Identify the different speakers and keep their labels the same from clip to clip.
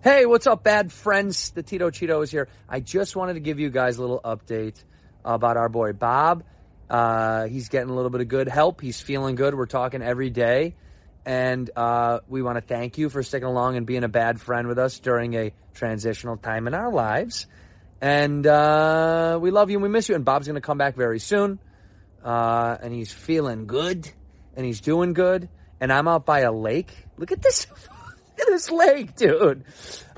Speaker 1: Hey, what's up, bad friends? The Tito Cheeto is here. I just wanted to give you guys a little update about our boy Bob. Uh, he's getting a little bit of good help. He's feeling good. We're talking every day. And uh, we want to thank you for sticking along and being a bad friend with us during a transitional time in our lives. And uh, we love you and we miss you. And Bob's going to come back very soon. Uh, and he's feeling good and he's doing good. And I'm out by a lake. Look at this. Look at this lake, dude.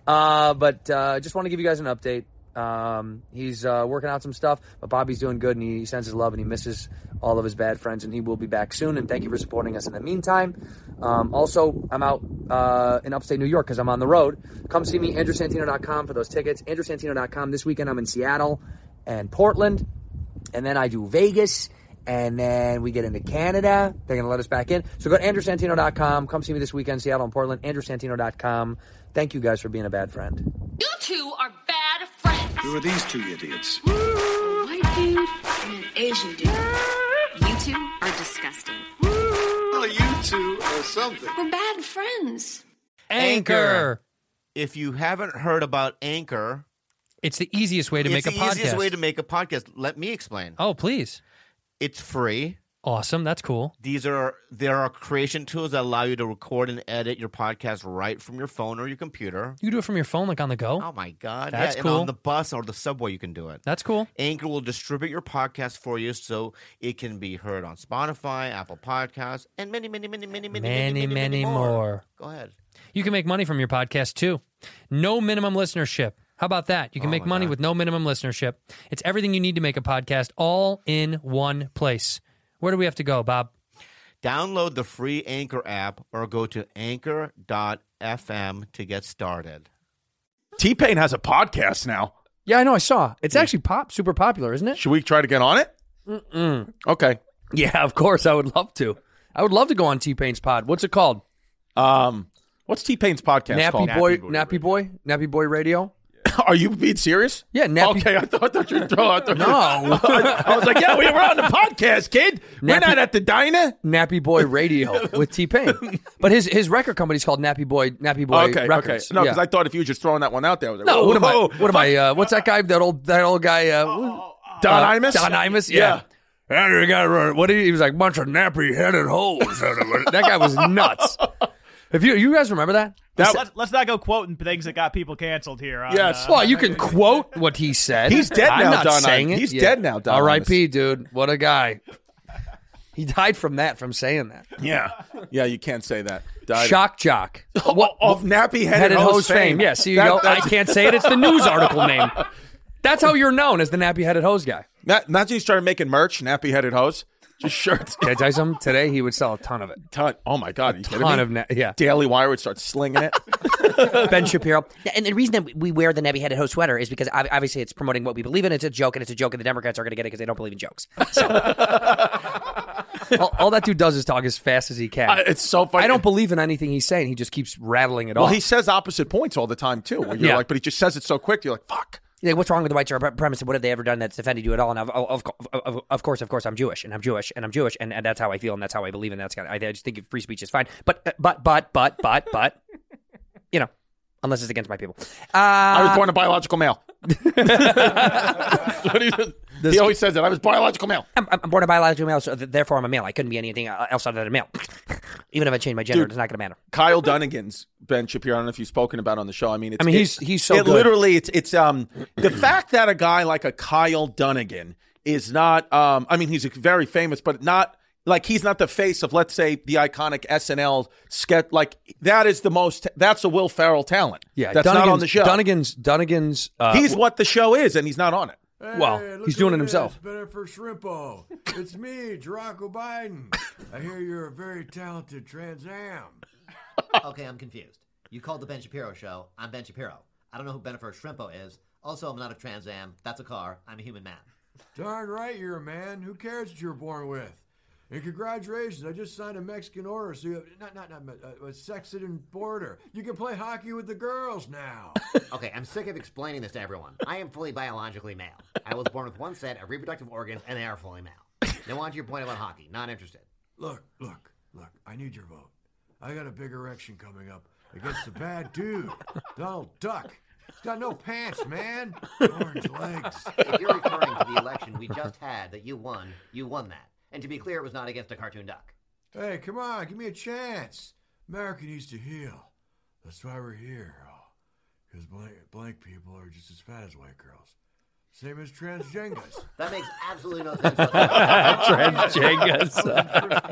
Speaker 1: Uh, but uh, just want to give you guys an update. Um, he's uh, working out some stuff, but Bobby's doing good, and he sends his love, and he misses all of his bad friends, and he will be back soon. And thank you for supporting us in the meantime. Um, also, I'm out uh, in upstate New York because I'm on the road. Come see me, AndrewSantino.com for those tickets. AndrewSantino.com. This weekend, I'm in Seattle and Portland and then I do Vegas, and then we get into Canada. They're going to let us back in. So go to andrewsantino.com. Come see me this weekend, Seattle and Portland. andrewsantino.com. Thank you guys for being a bad friend.
Speaker 2: You two are bad friends.
Speaker 3: Who are these two idiots?
Speaker 2: White dude and an Asian dude. You two are disgusting.
Speaker 3: Well, you two are something.
Speaker 2: We're bad friends.
Speaker 4: Anchor.
Speaker 5: If you haven't heard about Anchor,
Speaker 4: It's the easiest way to
Speaker 5: it's
Speaker 4: make
Speaker 5: the
Speaker 4: a podcast.
Speaker 5: easiest way to make a podcast. Let me explain.
Speaker 4: oh, please.
Speaker 5: It's free.
Speaker 4: Awesome. That's cool.
Speaker 5: These are there are creation tools that allow you to record and edit your podcast right from your phone or your computer.
Speaker 4: You can do it from your phone, like on the go.
Speaker 5: Oh my god,
Speaker 4: That's
Speaker 5: yeah,
Speaker 4: cool.
Speaker 5: And on the bus or the subway, you can do it.
Speaker 4: That's cool.
Speaker 5: Anchor will distribute your podcast for you, so it can be heard on Spotify, Apple Podcasts, and many, many, many, many, many, many,
Speaker 4: Many, many more.
Speaker 5: Go ahead.
Speaker 4: You can make money from your podcast too. No minimum listenership. How about that? You can make money with no minimum listenership. It's everything you need to make a podcast all in one place. Where do we have to go, Bob?
Speaker 5: Download the free Anchor app or go to anchor.fm to get started.
Speaker 6: T Pain has a podcast now.
Speaker 4: Yeah, I know. I saw. It's actually pop, super popular, isn't it?
Speaker 6: Should we try to get on it? Mm-mm. Okay.
Speaker 4: Yeah, of course. I would love to. I would love to go on T Pain's pod. What's it called?
Speaker 6: Um, what's T Pain's podcast
Speaker 4: Nappy
Speaker 6: called?
Speaker 4: Boy, Nappy Boy, Nappy Boy Radio.
Speaker 6: Are you being serious?
Speaker 4: Yeah, Nappy-
Speaker 6: Okay, I thought, I thought you were throwing. I thought-
Speaker 4: No,
Speaker 6: I was like, yeah, we were on the podcast, kid. We're
Speaker 4: Nappy-
Speaker 6: not at the diner.
Speaker 4: Nappy Boy Radio with T Pain. But his his record company's called Nappy Boy Nappy Boy
Speaker 6: okay,
Speaker 4: Records.
Speaker 6: okay. No, because
Speaker 4: Yeah.
Speaker 6: I thought if you were just throwing that one out there, I Oh, was like,
Speaker 4: no.
Speaker 6: whoa,
Speaker 4: What am
Speaker 6: whoa,
Speaker 4: I? What am I? Uh, what's that guy? That old that old guy? Uh,
Speaker 6: Don
Speaker 4: uh,
Speaker 6: Imus?
Speaker 4: Don Imus. Yeah. And he got run- what did he, he was like bunch of nappy headed hoes. that guy was nuts. If you you guys remember that?
Speaker 6: That-
Speaker 7: let's, let's not go quoting things that got people canceled here. On,
Speaker 6: Yes.
Speaker 7: uh,
Speaker 4: Well, you can quote what he said.
Speaker 6: He's dead
Speaker 4: I'm
Speaker 6: now,
Speaker 4: not
Speaker 6: Don
Speaker 4: saying
Speaker 6: Imus.
Speaker 4: it.
Speaker 6: He's dead now, Don
Speaker 4: R.I.P. Dude, what a guy. He died from that, from saying that.
Speaker 6: Yeah, yeah. You can't say that. Died
Speaker 4: Shock jock.
Speaker 6: What, of oh, nappy headed
Speaker 4: hose fame. Yeah, see, you
Speaker 6: That-
Speaker 4: go, I
Speaker 6: that's-
Speaker 4: can't say it. It's the news article name. That's how you're known as the nappy headed hose guy.
Speaker 6: Not, not just started making merch, nappy headed hose, just shirts.
Speaker 4: Can I tell you something? Today he would sell a ton of it.
Speaker 6: ton. Oh my god, are you kidding
Speaker 4: Ton
Speaker 6: me?
Speaker 4: of na- yeah.
Speaker 6: Daily Wire would start slinging it.
Speaker 8: Ben Shapiro. And the reason that we wear the nebby headed host sweater is because ob- obviously it's promoting what we believe in. It's a joke, and it's a joke, and the Democrats are going to get it because they don't believe in jokes.
Speaker 4: All, all that dude does is talk as fast as he can.
Speaker 6: Uh, it's so funny.
Speaker 4: I don't believe in anything he's saying. He just keeps rattling it
Speaker 6: Well,
Speaker 4: off.
Speaker 6: he says opposite points all the time too. Where you're
Speaker 4: Yeah.
Speaker 6: like, but he just says it so quick. You're like, fuck.
Speaker 8: You're like, what's wrong with the white supremacy? premise? What have they ever done that's offended you at all? And of, of, of, of, of course, of course, I'm Jewish, and I'm Jewish, and I'm Jewish, and, and that's how I feel, and that's how I believe, and that's kind of, I, I just think free speech is fine. But, uh, but, but, but, but, but, you know, unless it's against my people.
Speaker 6: I
Speaker 4: Uh,
Speaker 6: was born a biological male. That's what he, says. he always says that I was biological male.
Speaker 8: I'm, I'm born a biological male, so th- therefore I'm a male. I couldn't be anything uh, else other than a male. Even if I change my gender,
Speaker 6: Dude.
Speaker 8: it's not going to matter.
Speaker 6: Kyle Dunnigan's Ben Shapiro. I don't know if you've spoken about on the show. I mean, it's,
Speaker 4: I mean,
Speaker 6: it-
Speaker 4: he's- he's so
Speaker 6: it
Speaker 4: good.
Speaker 6: literally it's it's um the fact that a guy like a Kyle Dunnigan is not um I mean he's very famous, but not like he's not the face of let's say the iconic SNL sketch. Like that is the most that's a Will Ferrell talent.
Speaker 4: yeah,
Speaker 6: that's
Speaker 4: Dunnigan's,
Speaker 6: not on the show.
Speaker 4: Dunnigan's, Dunnigan's, uh,
Speaker 6: he's what the show is, and he's not on it.
Speaker 4: well, he's doing it himself.
Speaker 9: Better for Shrimpo. It's me, Jericho Biden. I hear you're a very talented Trans Am.
Speaker 10: okay, I'm confused. You called the Ben Shapiro show. I'm Ben Shapiro. I don't know who Benifer Shrimpo is. Also, I'm not a Trans Am. That's a car. I'm a human man.
Speaker 3: Darn right you're a man. Who cares what you were born with? And congratulations, I just signed a Mexican order, so you have not not not Me- uh, a Sexton border. You can play hockey with the girls now.
Speaker 10: Okay, I'm sick of explaining this to everyone. I am fully biologically male. I was born with one set of reproductive organs, and they are fully male. Now on to your point about hockey. Not interested.
Speaker 3: Look, look, look. I need your vote. I got a big erection coming up against a bad dude, Donald Duck. He's got no pants, man. Orange legs.
Speaker 10: If you're referring to the election we just had that you won, you won that. And to be clear, it was not against a cartoon duck.
Speaker 3: Hey, come on, give me a chance. America needs to heal. That's why we're here. Because blank, blank people are just as fat as white girls. Same as transgenders.
Speaker 10: That makes absolutely no sense whatsoever.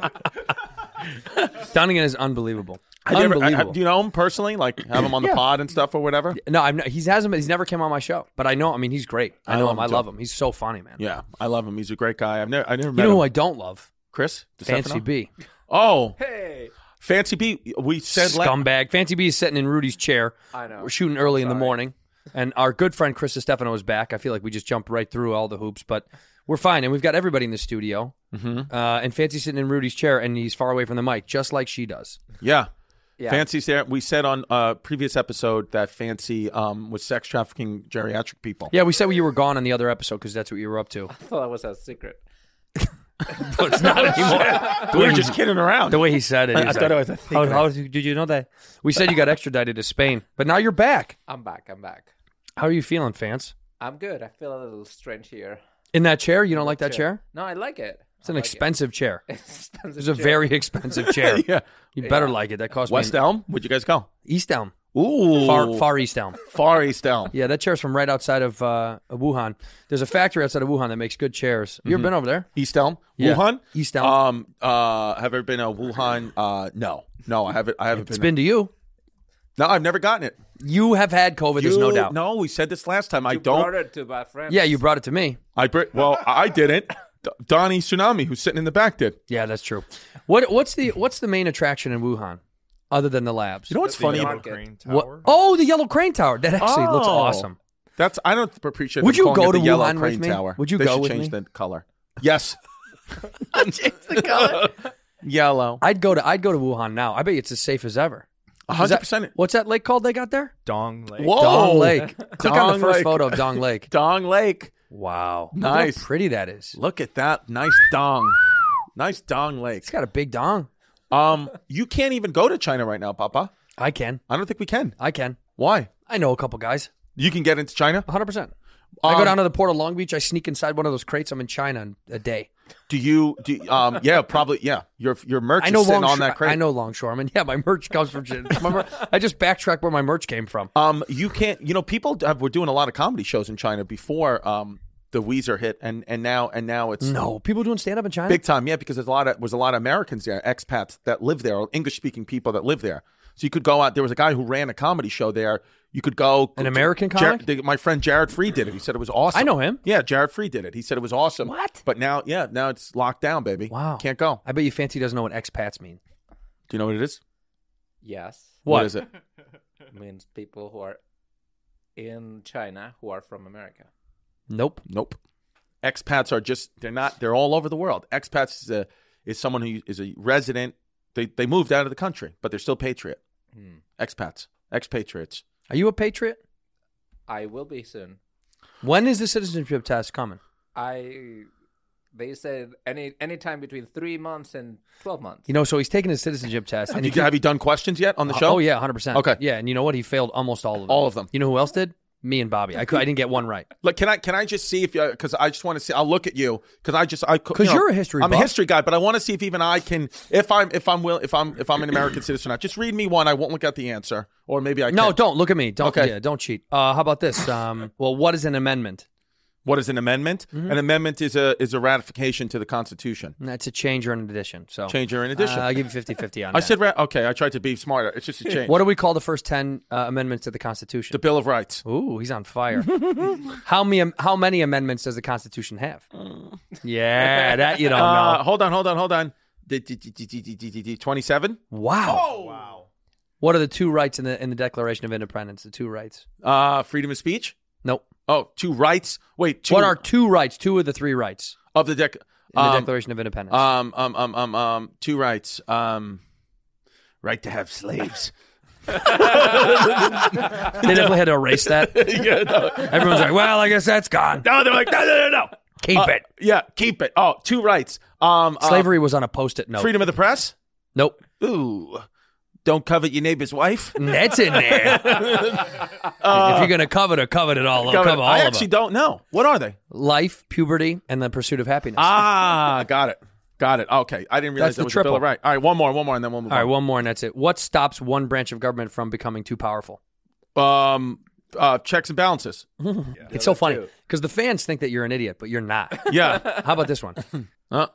Speaker 4: Donegan is unbelievable.
Speaker 6: Have you ever-
Speaker 4: unbelievable.
Speaker 6: have- do you know him personally? Like have him on the
Speaker 4: Yeah.
Speaker 6: pod and stuff or whatever?
Speaker 4: No, I'm not, he's hasn't. He's never came on my show, but I know. I mean, he's great. I,
Speaker 6: I
Speaker 4: know
Speaker 6: love
Speaker 4: him.
Speaker 6: him
Speaker 4: I
Speaker 6: too.
Speaker 4: love him. He's so funny, man.
Speaker 6: Yeah, I love him. He's a great guy. I've never, I never
Speaker 4: You
Speaker 6: met
Speaker 4: know
Speaker 6: him.
Speaker 4: who I don't love?
Speaker 6: Chris
Speaker 4: Fancy
Speaker 6: DiStefano?
Speaker 4: B.
Speaker 6: Oh, hey, Fancy B. We said la-
Speaker 4: scumbag. Fancy B is sitting in Rudy's chair.
Speaker 6: I know.
Speaker 4: We're shooting early in the morning, and our good friend Chris Stefano is back. I feel like we just jumped right through all the hoops, but we're fine, and we've got everybody in the studio.
Speaker 6: Mhm.
Speaker 4: Uh, and Fancy sitting in Rudy's chair, and he's far away from the mic, just like she does.
Speaker 6: Yeah.
Speaker 4: Yeah.
Speaker 6: Fancy's there. We said on a previous episode that Fancy um, was sex trafficking geriatric people.
Speaker 4: Yeah, we said you were gone on the other episode because that's what you were up to.
Speaker 11: thought that was a secret.
Speaker 4: but it's not anymore.
Speaker 6: We're just kidding around.
Speaker 4: The way he said it,
Speaker 6: I-
Speaker 4: he
Speaker 6: I thought it was a
Speaker 4: How,
Speaker 6: secret."
Speaker 4: how did you- did you know that? We said you got extradited to Spain, but now you're back.
Speaker 11: I'm back. I'm back.
Speaker 4: How are you feeling, fans?
Speaker 11: I'm good. I feel a little strange here.
Speaker 4: In that chair, you don't like that chair?
Speaker 11: No, I like it.
Speaker 4: It's an expensive chair.
Speaker 11: Expensive
Speaker 4: It's a
Speaker 11: chair.
Speaker 4: very expensive chair.
Speaker 6: Yeah.
Speaker 4: you better
Speaker 11: Yeah.
Speaker 4: like it. That cost me
Speaker 6: West
Speaker 4: an-
Speaker 6: Elm? Where'd you guys go?
Speaker 4: East Elm.
Speaker 6: Ooh.
Speaker 4: Far, far East Elm.
Speaker 6: Far East Elm.
Speaker 4: Yeah, that chair's from right outside of uh, Wuhan. There's a factory outside of Wuhan that makes good chairs. You ever
Speaker 6: Mhm.
Speaker 4: been over there?
Speaker 6: East Elm?
Speaker 4: Yeah.
Speaker 6: Wuhan?
Speaker 4: East Elm.
Speaker 6: Um, uh, have I ever been to Wuhan? Uh, no. No, I haven't. I haven't
Speaker 4: It's
Speaker 6: been.
Speaker 4: been to you.
Speaker 6: No, I've never gotten it.
Speaker 4: You have had COVID, there's no
Speaker 6: You-
Speaker 4: doubt.
Speaker 6: No, we said this last time. I
Speaker 11: Brought
Speaker 6: don't.
Speaker 11: it to my friends.
Speaker 4: Yeah, you brought it to me.
Speaker 6: I br- Well, I didn't. D- Donnie Tsunami, who's sitting in the back, did.
Speaker 4: Yeah, that's true. What what's the what's the main attraction in Wuhan other than the labs?
Speaker 6: You know what's The funny? yellow
Speaker 11: crane
Speaker 4: What- Oh, the yellow crane tower. That actually looks
Speaker 6: Oh.
Speaker 4: awesome.
Speaker 6: That's I don't appreciate.
Speaker 4: Would
Speaker 6: them
Speaker 4: you
Speaker 6: calling
Speaker 4: go
Speaker 6: it the
Speaker 4: to
Speaker 6: yellow
Speaker 4: Wuhan with
Speaker 6: crane
Speaker 4: me?
Speaker 6: tower.
Speaker 4: Would you
Speaker 6: They
Speaker 4: go
Speaker 6: should
Speaker 4: with
Speaker 6: change
Speaker 4: me?
Speaker 6: the color? Yes. Yellow.
Speaker 4: I'd go to I'd go to Wuhan now. I bet you it's as safe as ever.
Speaker 6: A
Speaker 4: Is that-
Speaker 6: 100%.
Speaker 4: What's that lake called they got there?
Speaker 7: Dong Lake.
Speaker 6: Whoa.
Speaker 4: Dong Lake. Click on
Speaker 6: Dong
Speaker 4: the first
Speaker 6: Lake.
Speaker 4: photo of Dong Lake.
Speaker 6: Dong Lake.
Speaker 4: Wow. Look how
Speaker 6: Nice.
Speaker 4: pretty that is.
Speaker 6: Look at that. Nice dong. Nice dong lake.
Speaker 4: It's got a big dong.
Speaker 6: Um, you can't even go to China right now, Papa.
Speaker 4: I can.
Speaker 6: I don't think we can.
Speaker 4: I can.
Speaker 6: Why?
Speaker 4: I know a couple guys.
Speaker 6: You can get into China.
Speaker 4: 100%. I go
Speaker 6: Um,
Speaker 4: down to the port of Long Beach. I sneak inside one of those crates. I'm in China in a day.
Speaker 6: Do you? Do um? Yeah, probably. Yeah, your your merch
Speaker 4: I know
Speaker 6: is sitting
Speaker 4: Longshore.
Speaker 6: on that crate.
Speaker 4: I know Longshoreman. Yeah, my merch comes from. my mer- I just backtrack where my merch came from.
Speaker 6: Um, you can't. You know, people have, were doing a lot of comedy shows in China before um the Weezer hit, and and now and now it's
Speaker 4: No, people doing stand up in China.
Speaker 6: Big time, yeah, because there's a lot of was a lot of Americans there, expats that live there, English speaking people that live there. So you could go out. There was a guy who ran a comedy show there. You could go.
Speaker 4: An American
Speaker 6: Jar-
Speaker 4: comic?
Speaker 6: the- my friend Jared Free did it. He said it was awesome.
Speaker 4: I know him.
Speaker 6: Yeah, Jared Free did it. He said it was awesome.
Speaker 4: What?
Speaker 6: But now, yeah, now it's locked down, baby.
Speaker 4: Wow.
Speaker 6: can't go.
Speaker 4: I bet you Fancy doesn't know what expats mean.
Speaker 6: Do you know what it is?
Speaker 11: Yes.
Speaker 6: what is it?
Speaker 11: Means people who are in China who are from America.
Speaker 4: Nope.
Speaker 6: Nope. Expats are just they're not they're all over the world. Expats is a is someone who is a resident. They they moved out of the country, but they're still patriot.
Speaker 4: Hmm.
Speaker 6: Expats, expatriates.
Speaker 4: Are you a patriot?
Speaker 11: I will be soon.
Speaker 4: When is the citizenship test coming?
Speaker 11: I. They said any any time between three months and twelve months.
Speaker 4: You know, so he's taking his citizenship test.
Speaker 6: Have
Speaker 4: and
Speaker 6: you,
Speaker 4: he-
Speaker 6: have you done questions yet on the
Speaker 4: Oh,
Speaker 6: show?
Speaker 4: Oh yeah, hundred percent.
Speaker 6: Okay.
Speaker 4: Yeah, and you know what? He failed almost all of them.
Speaker 6: All of them.
Speaker 4: You know who else did? Me and Bobby. I, cou- I didn't get one right.
Speaker 6: Like, can I can I just see if you because I just want to see. I'll look at you because I just I because
Speaker 4: 'Cause you're a history
Speaker 6: I'm a
Speaker 4: buff.
Speaker 6: history guy, but I want to see if even I can if I'm if I'm will if I'm if I'm an American citizen. or not. Just read me one. I won't look at the answer, or maybe I
Speaker 4: No,
Speaker 6: Can.
Speaker 4: don't look at me. Don't.
Speaker 6: Okay.
Speaker 4: Yeah, don't cheat. Uh, how about this? Um, well, what is an amendment?
Speaker 6: What is an amendment?
Speaker 4: Mm-hmm.
Speaker 6: An amendment is a is a ratification to the Constitution.
Speaker 4: That's a change or an addition. So
Speaker 6: Change or an addition.
Speaker 4: Uh, I'll give you 50-50 on
Speaker 6: I
Speaker 4: that.
Speaker 6: said ra- okay. I tried to be smarter. It's just a change.
Speaker 4: What do we call the first ten uh, amendments to the Constitution?
Speaker 6: the Bill of Rights?
Speaker 4: Ooh, he's on fire. how many how many amendments does the Constitution have? Yeah, that you don't
Speaker 6: Uh,
Speaker 4: know.
Speaker 6: hold on, hold on, hold on. Twenty-seven.
Speaker 4: Wow.
Speaker 7: Wow.
Speaker 4: What are the two rights in the in the Declaration of Independence? The two rights.
Speaker 6: Uh freedom of speech?
Speaker 4: Nope.
Speaker 6: Oh, two rights. Wait, two
Speaker 4: What are two rights? Two of the three rights
Speaker 6: of the dec
Speaker 4: in the
Speaker 6: um,
Speaker 4: Declaration of Independence.
Speaker 6: Um, um, um, um, um, two rights. Um, right to have slaves.
Speaker 4: they definitely had to erase that.
Speaker 6: Yeah, no.
Speaker 4: Everyone's like, "Well, I guess that's gone."
Speaker 6: No, they're like, no, no, no, no.
Speaker 4: Keep
Speaker 6: Uh,
Speaker 4: it.
Speaker 6: Yeah, keep it. Oh, two rights. Um, uh,
Speaker 4: Slavery was on a post-it note.
Speaker 6: freedom of the press.
Speaker 4: Nope.
Speaker 6: Ooh, don't covet your neighbor's wife.
Speaker 4: That's in there. if you're gonna covet it, covet it all. Covet,
Speaker 6: Covet-
Speaker 4: cover all
Speaker 6: I
Speaker 4: of
Speaker 6: actually
Speaker 4: it.
Speaker 6: don't know. What are they?
Speaker 4: Life, puberty, and the pursuit of happiness.
Speaker 6: Ah, got it. Got it. Okay, I didn't
Speaker 4: That's
Speaker 6: realize that
Speaker 4: the
Speaker 6: was a
Speaker 4: triple.
Speaker 6: bill of right. All right, one more, one more, and then we'll move
Speaker 4: all right,
Speaker 6: on.
Speaker 4: one more, and that's it. What stops one branch of government from becoming too powerful?
Speaker 6: um, uh, checks and balances.
Speaker 4: it's so funny because the fans think that you're an idiot, but you're not.
Speaker 6: Yeah. Uh,
Speaker 4: How about this one?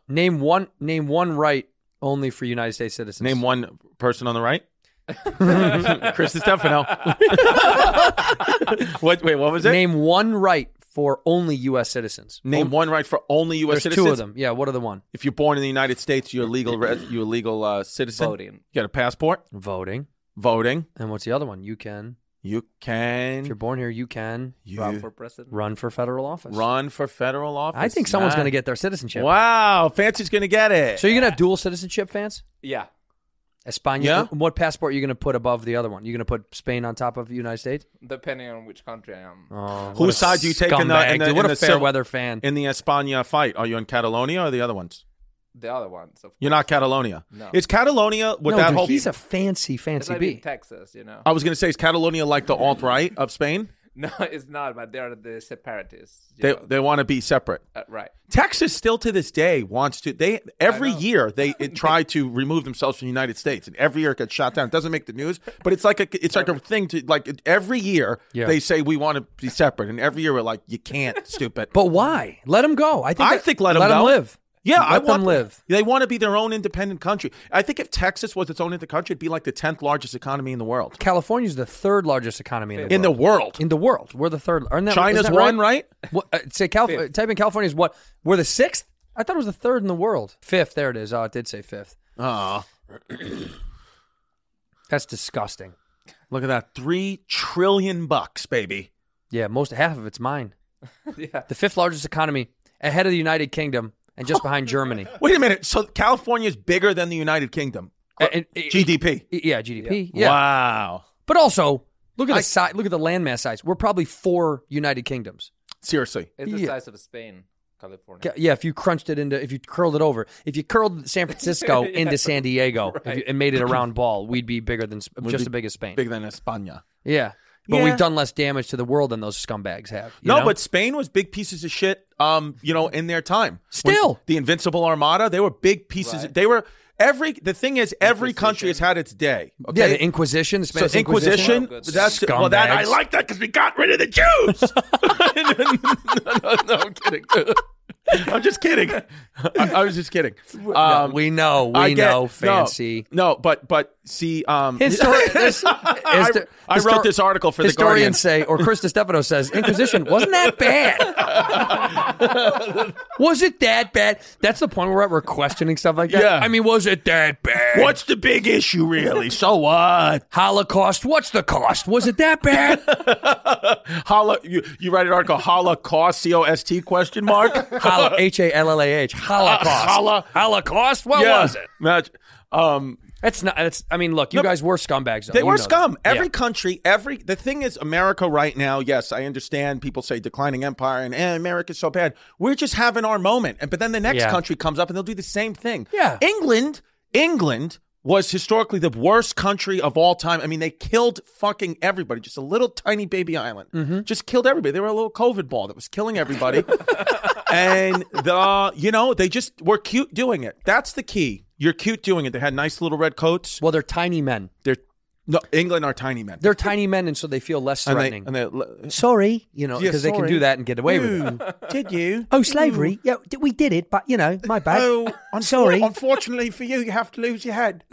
Speaker 4: Name one. Name one right only for United States citizens.
Speaker 6: Name one person on the right. Chris Stefano. what? Wait, what was it?
Speaker 4: Name one right for only U.S. citizens.
Speaker 6: Name
Speaker 4: On-
Speaker 6: one right for only U.S.
Speaker 4: There's
Speaker 6: citizens.
Speaker 4: two of them. Yeah. What are the one?
Speaker 6: If you're born in the United States, you're a legal res- you're a legal uh, citizen.
Speaker 11: Voting.
Speaker 6: You got a passport.
Speaker 4: Voting.
Speaker 6: Voting.
Speaker 4: And what's the other one? You can.
Speaker 6: You
Speaker 4: If
Speaker 6: can
Speaker 4: you're born here, you can
Speaker 6: you
Speaker 11: Run for president.
Speaker 4: run for federal office.
Speaker 6: run for federal office.
Speaker 4: I think someone's
Speaker 6: Nice.
Speaker 4: going to get their citizenship.
Speaker 6: Wow, Fancy's going to get it.
Speaker 4: So you're going to have dual citizenship, fans?
Speaker 11: Yeah.
Speaker 4: España.
Speaker 6: Yeah.
Speaker 4: What passport are you going to put above the other one? You're going to put Spain on top of the United States?
Speaker 11: Depending on which country I am.
Speaker 4: Oh,
Speaker 6: Whose side do you take in the, in the, in
Speaker 4: what
Speaker 6: the
Speaker 4: a fair
Speaker 6: civil-
Speaker 4: weather fan.
Speaker 6: in the España fight? Are you in Catalonia or the other ones?
Speaker 11: The other ones. Of
Speaker 6: You're not Catalonia.
Speaker 11: No.
Speaker 6: It's Catalonia with
Speaker 4: no,
Speaker 6: that
Speaker 4: dude,
Speaker 6: whole.
Speaker 4: he's a fancy,
Speaker 11: It's
Speaker 4: fancy
Speaker 11: like in
Speaker 4: bee.
Speaker 11: Texas, you
Speaker 4: Oh.
Speaker 11: know.
Speaker 6: I was going to say, is Catalonia like the alt right of Spain?
Speaker 11: No, it's not. But they are the separatists. you
Speaker 6: They
Speaker 11: know.
Speaker 6: they want to be separate.
Speaker 11: Uh, right.
Speaker 6: Texas still to this day wants to. They every
Speaker 11: know.
Speaker 6: year they it try to remove themselves from the United States, and every year it gets shot down. It doesn't make the news, but it's like a it's like a thing to like it- every year
Speaker 4: Yeah.
Speaker 6: they say we want to be separate, and every year we're like you can't, stupid.
Speaker 4: But why? Let him go. I think,
Speaker 6: I
Speaker 4: that-
Speaker 6: think let him
Speaker 4: let
Speaker 6: go.
Speaker 4: him live.
Speaker 6: yeah,
Speaker 4: let
Speaker 6: I
Speaker 4: them
Speaker 6: want
Speaker 4: live.
Speaker 6: They want to be their own independent country. I think if Texas was its own independent country, it'd be like the tenth largest economy in the world.
Speaker 4: California's the third largest economy in the
Speaker 6: In the
Speaker 4: world.
Speaker 6: world,
Speaker 4: in the world, we're the third. Aren't that,
Speaker 6: China's
Speaker 4: isn't that
Speaker 6: one, right?
Speaker 4: What, uh, say Calif- uh, type in California is what? We're the sixth. I thought it was the third in the world. Fifth. There it is. Oh, it did say fifth.
Speaker 6: Oh,
Speaker 4: That's disgusting.
Speaker 6: look at that three trillion bucks, baby.
Speaker 4: Yeah, most half of it's mine.
Speaker 11: Yeah.
Speaker 4: The fifth largest economy, ahead of the United Kingdom, and just behind Germany.
Speaker 6: Wait a minute. So California's bigger than the United Kingdom
Speaker 4: And- and- it-
Speaker 6: GDP.
Speaker 4: it- yeah, GDP. Yeah,
Speaker 6: Wow.
Speaker 4: but also look at
Speaker 6: I-
Speaker 4: the size. Look at the landmass size. We're probably four United Kingdoms.
Speaker 6: Seriously.
Speaker 11: It's the
Speaker 4: Yeah.
Speaker 11: size of Spain, California.
Speaker 4: Ca- Yeah, if you crunched it into, if you curled it over, if you curled San Francisco into San Diego if you- and made it a round ball, we'd be bigger than Sp-
Speaker 6: We'd
Speaker 4: just
Speaker 6: be
Speaker 4: as big as Spain.
Speaker 6: Bigger than España.
Speaker 4: Yeah. But
Speaker 6: Yeah.
Speaker 4: we've done less damage to the world than those scumbags have. you
Speaker 6: No,
Speaker 4: know?
Speaker 6: but Spain was big pieces of shit. Um, you know, in their time,
Speaker 4: Still.
Speaker 6: When the Invincible Armada, they were big pieces. They were every. The thing is, every country has had its day. Okay?
Speaker 4: yeah, the Inquisition, the
Speaker 6: so
Speaker 4: Spanish
Speaker 6: Inquisition.
Speaker 11: Wow, Oh, good.
Speaker 6: that's well, that I
Speaker 4: Scumbags.
Speaker 6: like that because we got rid of the Jews. no, no, no, I'm kidding. I'm just kidding. I, I was just kidding. Um,
Speaker 4: we know, we
Speaker 6: I get-
Speaker 4: know,
Speaker 6: no,
Speaker 4: fancy.
Speaker 6: No, but but see, um,
Speaker 4: Histori- this-
Speaker 6: I,
Speaker 4: histo-
Speaker 6: I wrote this article for the Guardian.
Speaker 4: historians say, or Chris Stefano says, Inquisition wasn't that bad. was it that bad? That's the point where we're questioning stuff like that.
Speaker 6: Yeah.
Speaker 4: I mean, was it that bad?
Speaker 6: What's the big issue, really? So what?
Speaker 4: Holocaust? What's the cost? Was it that bad?
Speaker 6: Holo, you, you write an article, Holocaust, C O S T question mark?
Speaker 4: Hol- H a l l a h Holocaust.
Speaker 6: Holo-
Speaker 4: Holocaust. What
Speaker 6: Yeah.
Speaker 4: was it?
Speaker 6: Imagine- Um,
Speaker 4: That's not. That's. I mean, look, you
Speaker 6: No,
Speaker 4: guys were scumbags. Though.
Speaker 6: they
Speaker 4: You
Speaker 6: were
Speaker 4: know that.
Speaker 6: scum. Every
Speaker 4: Yeah.
Speaker 6: country, every the thing is, America right now. Yes, I understand. People say declining empire and eh, America's so bad. We're just having our moment, and but then the next
Speaker 4: Yeah.
Speaker 6: country comes up and they'll do the same thing.
Speaker 4: Yeah.
Speaker 6: England, England was historically the worst country of all time. I mean, they killed fucking everybody. Just a little tiny baby island,
Speaker 4: Mm-hmm.
Speaker 6: just killed everybody. They were a little COVID ball that was killing everybody, and the you know they just were cute doing it. That's the key. You're cute doing it. They had nice little red coats.
Speaker 4: Well, they're tiny men.
Speaker 6: They're no England are tiny men.
Speaker 4: They're tiny men, and so they feel less
Speaker 6: and
Speaker 4: threatening.
Speaker 6: they and they
Speaker 4: sorry, you know,
Speaker 6: Yeah,
Speaker 4: because they can
Speaker 6: sorry.
Speaker 4: do that and get away with it.
Speaker 6: did you?
Speaker 4: Oh, slavery? Yeah, d- we did it, but you know, my bad.
Speaker 6: Oh, unfor-
Speaker 4: Sorry.
Speaker 6: Unfortunately for you, you have to lose your head.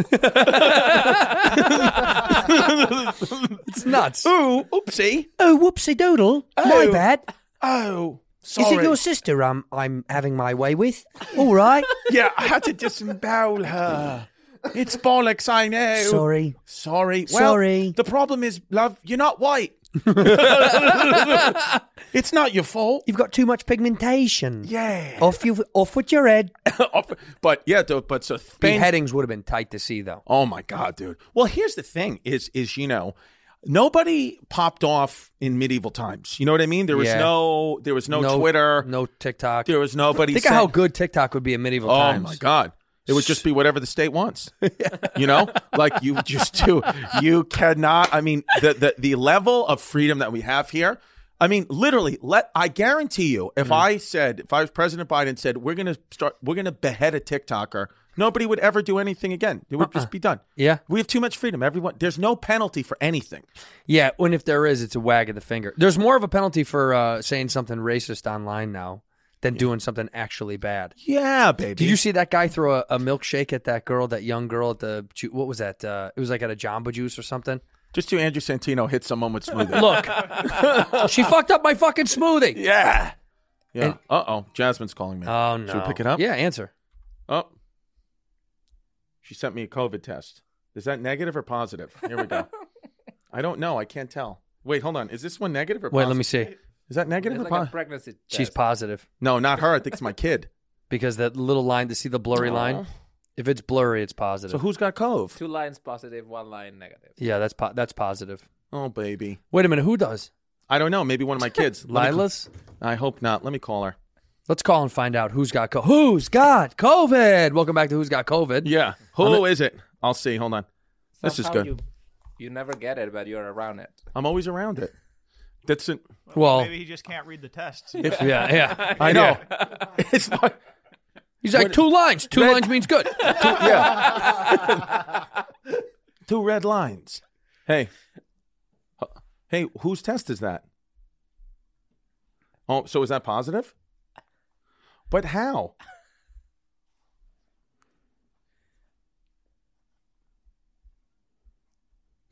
Speaker 4: it's nuts.
Speaker 6: Ooh, oopsie.
Speaker 4: Oh, whoopsie doodle.
Speaker 6: Oh,
Speaker 4: my bad.
Speaker 6: Oh, sorry.
Speaker 4: Is it your sister I'm I'm having my way with? All right.
Speaker 6: Yeah, I had to disembowel her. It's bollocks, I know.
Speaker 12: Sorry.
Speaker 6: Sorry.
Speaker 12: Sorry.
Speaker 6: Well, the problem is, love, you're not white. it's not your fault.
Speaker 12: You've got too much pigmentation.
Speaker 6: Yeah.
Speaker 12: Off you off with your head.
Speaker 6: but yeah, though, but so
Speaker 1: Beheadings would have been tight to see, though.
Speaker 6: Oh my god, dude. Well, here's the thing: is is you know, nobody popped off in medieval times. You know what I mean? There was
Speaker 1: Yeah.
Speaker 6: no, there was no,
Speaker 1: No-
Speaker 6: Twitter,
Speaker 1: no TikTok.
Speaker 6: There was nobody.
Speaker 1: Think
Speaker 6: saying-
Speaker 1: of how good TikTok would be in medieval
Speaker 6: oh
Speaker 1: times.
Speaker 6: my god. It would just be whatever the state wants, you know. Like you just do. You cannot. I mean, the, the the level of freedom that we have here. I mean, literally. Let I guarantee you, if
Speaker 1: Mm.
Speaker 6: I said, if I was President Biden said, we're gonna start, we're gonna behead a TikToker, nobody would ever do anything again. It would just be done.
Speaker 1: Uh-uh. Yeah.
Speaker 6: we have too much freedom. Everyone, there's no penalty for anything.
Speaker 1: Yeah, when if there is, it's a wag of the finger. There's more of a penalty for uh, saying something racist online now than doing something actually bad.
Speaker 6: Yeah, baby.
Speaker 1: Did you see that guy throw a, a milkshake at that girl, that young girl at the ju- what was that? Uh, it was like at a Jamba Juice or something.
Speaker 6: Just do Andrew Santino hit someone with smoothie.
Speaker 1: Look, she fucked up my fucking smoothie.
Speaker 6: Yeah. Yeah. Uh oh. Jasmine's calling me.
Speaker 1: Oh no.
Speaker 6: Should we pick it up?
Speaker 1: Yeah, answer.
Speaker 6: Oh. She sent me a COVID test. Is that negative or positive? Here we go. I don't know. I can't tell. Wait, hold on. Is this one negative or
Speaker 1: Wait,
Speaker 6: positive?
Speaker 1: let me see.
Speaker 6: Is that
Speaker 11: It's
Speaker 6: negative or
Speaker 11: like a
Speaker 6: positive?
Speaker 11: pregnancy
Speaker 1: She's
Speaker 11: test.
Speaker 1: positive.
Speaker 6: No, not her. I think it's my kid.
Speaker 1: because that little line to see the blurry
Speaker 11: Aw.
Speaker 1: line. If it's blurry, it's positive.
Speaker 6: So who's got Cove?
Speaker 11: Two lines positive, one line negative.
Speaker 1: Yeah, that's po- that's positive.
Speaker 6: Oh, baby.
Speaker 1: Wait a minute, who does?
Speaker 6: I don't know. Maybe one of my kids. Let me-
Speaker 1: Lila's?
Speaker 6: I hope not. Let me call her.
Speaker 1: Let's call and find out who's got co- who's got COVID. Welcome back to Who's Got COVID.
Speaker 6: Yeah,
Speaker 1: I'm-
Speaker 6: Who is it? I'll see. Hold on. this is
Speaker 11: Somehow
Speaker 6: good.
Speaker 11: You, you never get it, but you're around it.
Speaker 6: I'm always around it. That's it.
Speaker 7: maybe he just can't read the tests.
Speaker 6: If-
Speaker 7: I
Speaker 6: I know. It's fu-
Speaker 1: He's like
Speaker 6: What-
Speaker 1: two lines. Two
Speaker 6: Red-
Speaker 1: lines means good.
Speaker 6: Two- yeah. Two red lines. Hey. Uh, Hey, whose test is that? Oh, so is that positive? But how?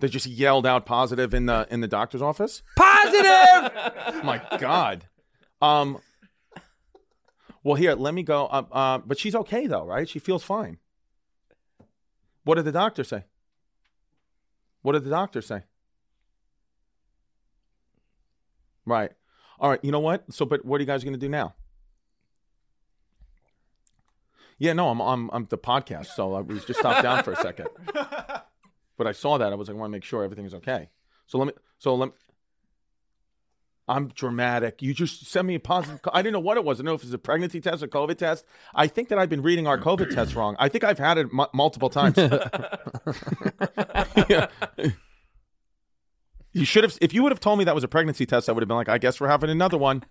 Speaker 6: They just yelled out positive in the in the doctor's office?
Speaker 1: Positive.
Speaker 6: My God. Um well, here, let me go. Uh, uh, but she's okay, though, right? She feels fine. What did the doctor say? What did the doctor say? Right. All right. You know what? So, but what are you guys going to do now? Yeah, no, I'm, I'm, I'm the podcast. So I we just stopped down for a second. But I saw that. I was like, I want to make sure everything's okay. So let me, so let me, I'm dramatic. You just sent me a positive. co- I didn't know what it was. I don't know if it's a pregnancy test or COVID test. I think that I've been reading our COVID test wrong. I think I've had it mu- multiple times. Yeah. You should have. If you would have told me that was a pregnancy test, I would have been like, I guess we're having another one.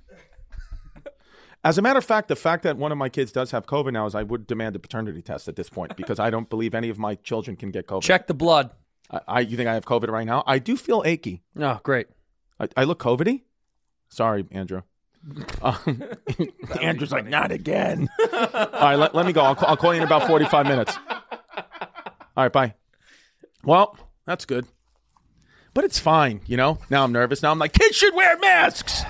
Speaker 6: As a matter of fact, the fact that one of my kids does have COVID now is I would demand a paternity test at this point because I don't believe any of my children can get COVID.
Speaker 1: Check the blood.
Speaker 6: I, I you think I have COVID right now? I do feel achy.
Speaker 1: No, Oh, great.
Speaker 6: I, I look COVIDy. Sorry, Andrew. Um, Andrew's like, not again. All right, let, let me go. I'll, ca- I'll call you in about 45 minutes. All right, bye. Well, that's good. But it's fine, you know? Now I'm nervous. Now I'm like, kids should wear masks.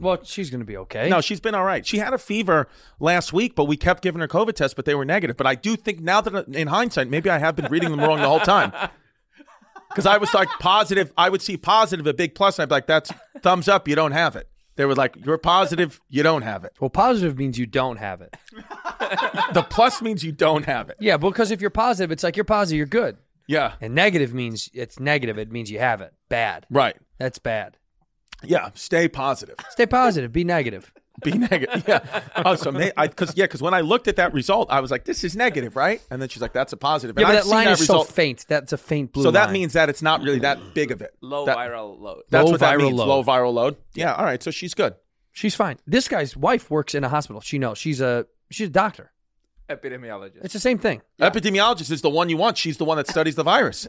Speaker 1: Well, she's gonna be okay.
Speaker 6: No, she's been all right. She had a fever last week, but we kept giving her COVID tests, but they were negative. But I do think now that uh, in hindsight, maybe I have been reading them wrong the whole time. Because I was like positive, I would see positive, a big plus, and I'd be like, that's thumbs up, you don't have it. They were like, you're positive, you don't have it.
Speaker 1: Well, positive means you don't have it.
Speaker 6: the plus means you don't have it.
Speaker 1: Yeah, because if you're positive, it's like you're positive, you're good.
Speaker 6: Yeah.
Speaker 1: And negative means it's negative. It means you have it. Bad.
Speaker 6: Right.
Speaker 1: That's bad.
Speaker 6: Yeah. Stay positive.
Speaker 1: Stay positive. Be negative.
Speaker 6: Be negative. Yeah. Oh, so may, I, cause, yeah, because when I looked at that result, I was like, this is negative, right? And then she's like, that's a positive. And
Speaker 1: yeah, but
Speaker 6: I've
Speaker 1: that
Speaker 6: seen
Speaker 1: line
Speaker 6: that
Speaker 1: is
Speaker 6: result.
Speaker 1: so faint. That's a faint blue
Speaker 6: so that
Speaker 1: line.
Speaker 6: means that it's not really that big of it.
Speaker 11: Low
Speaker 6: That-
Speaker 11: viral load.
Speaker 6: That's
Speaker 1: Low
Speaker 6: what that
Speaker 1: viral
Speaker 6: means.
Speaker 1: load.
Speaker 6: Low viral load. Yeah. All right. So she's good.
Speaker 1: she's fine. This guy's wife works in a hospital. She knows. She's a she's a doctor.
Speaker 11: Epidemiologist.
Speaker 1: It's the same thing.
Speaker 6: Epidemiologist is the one you want. She's the one that studies the virus.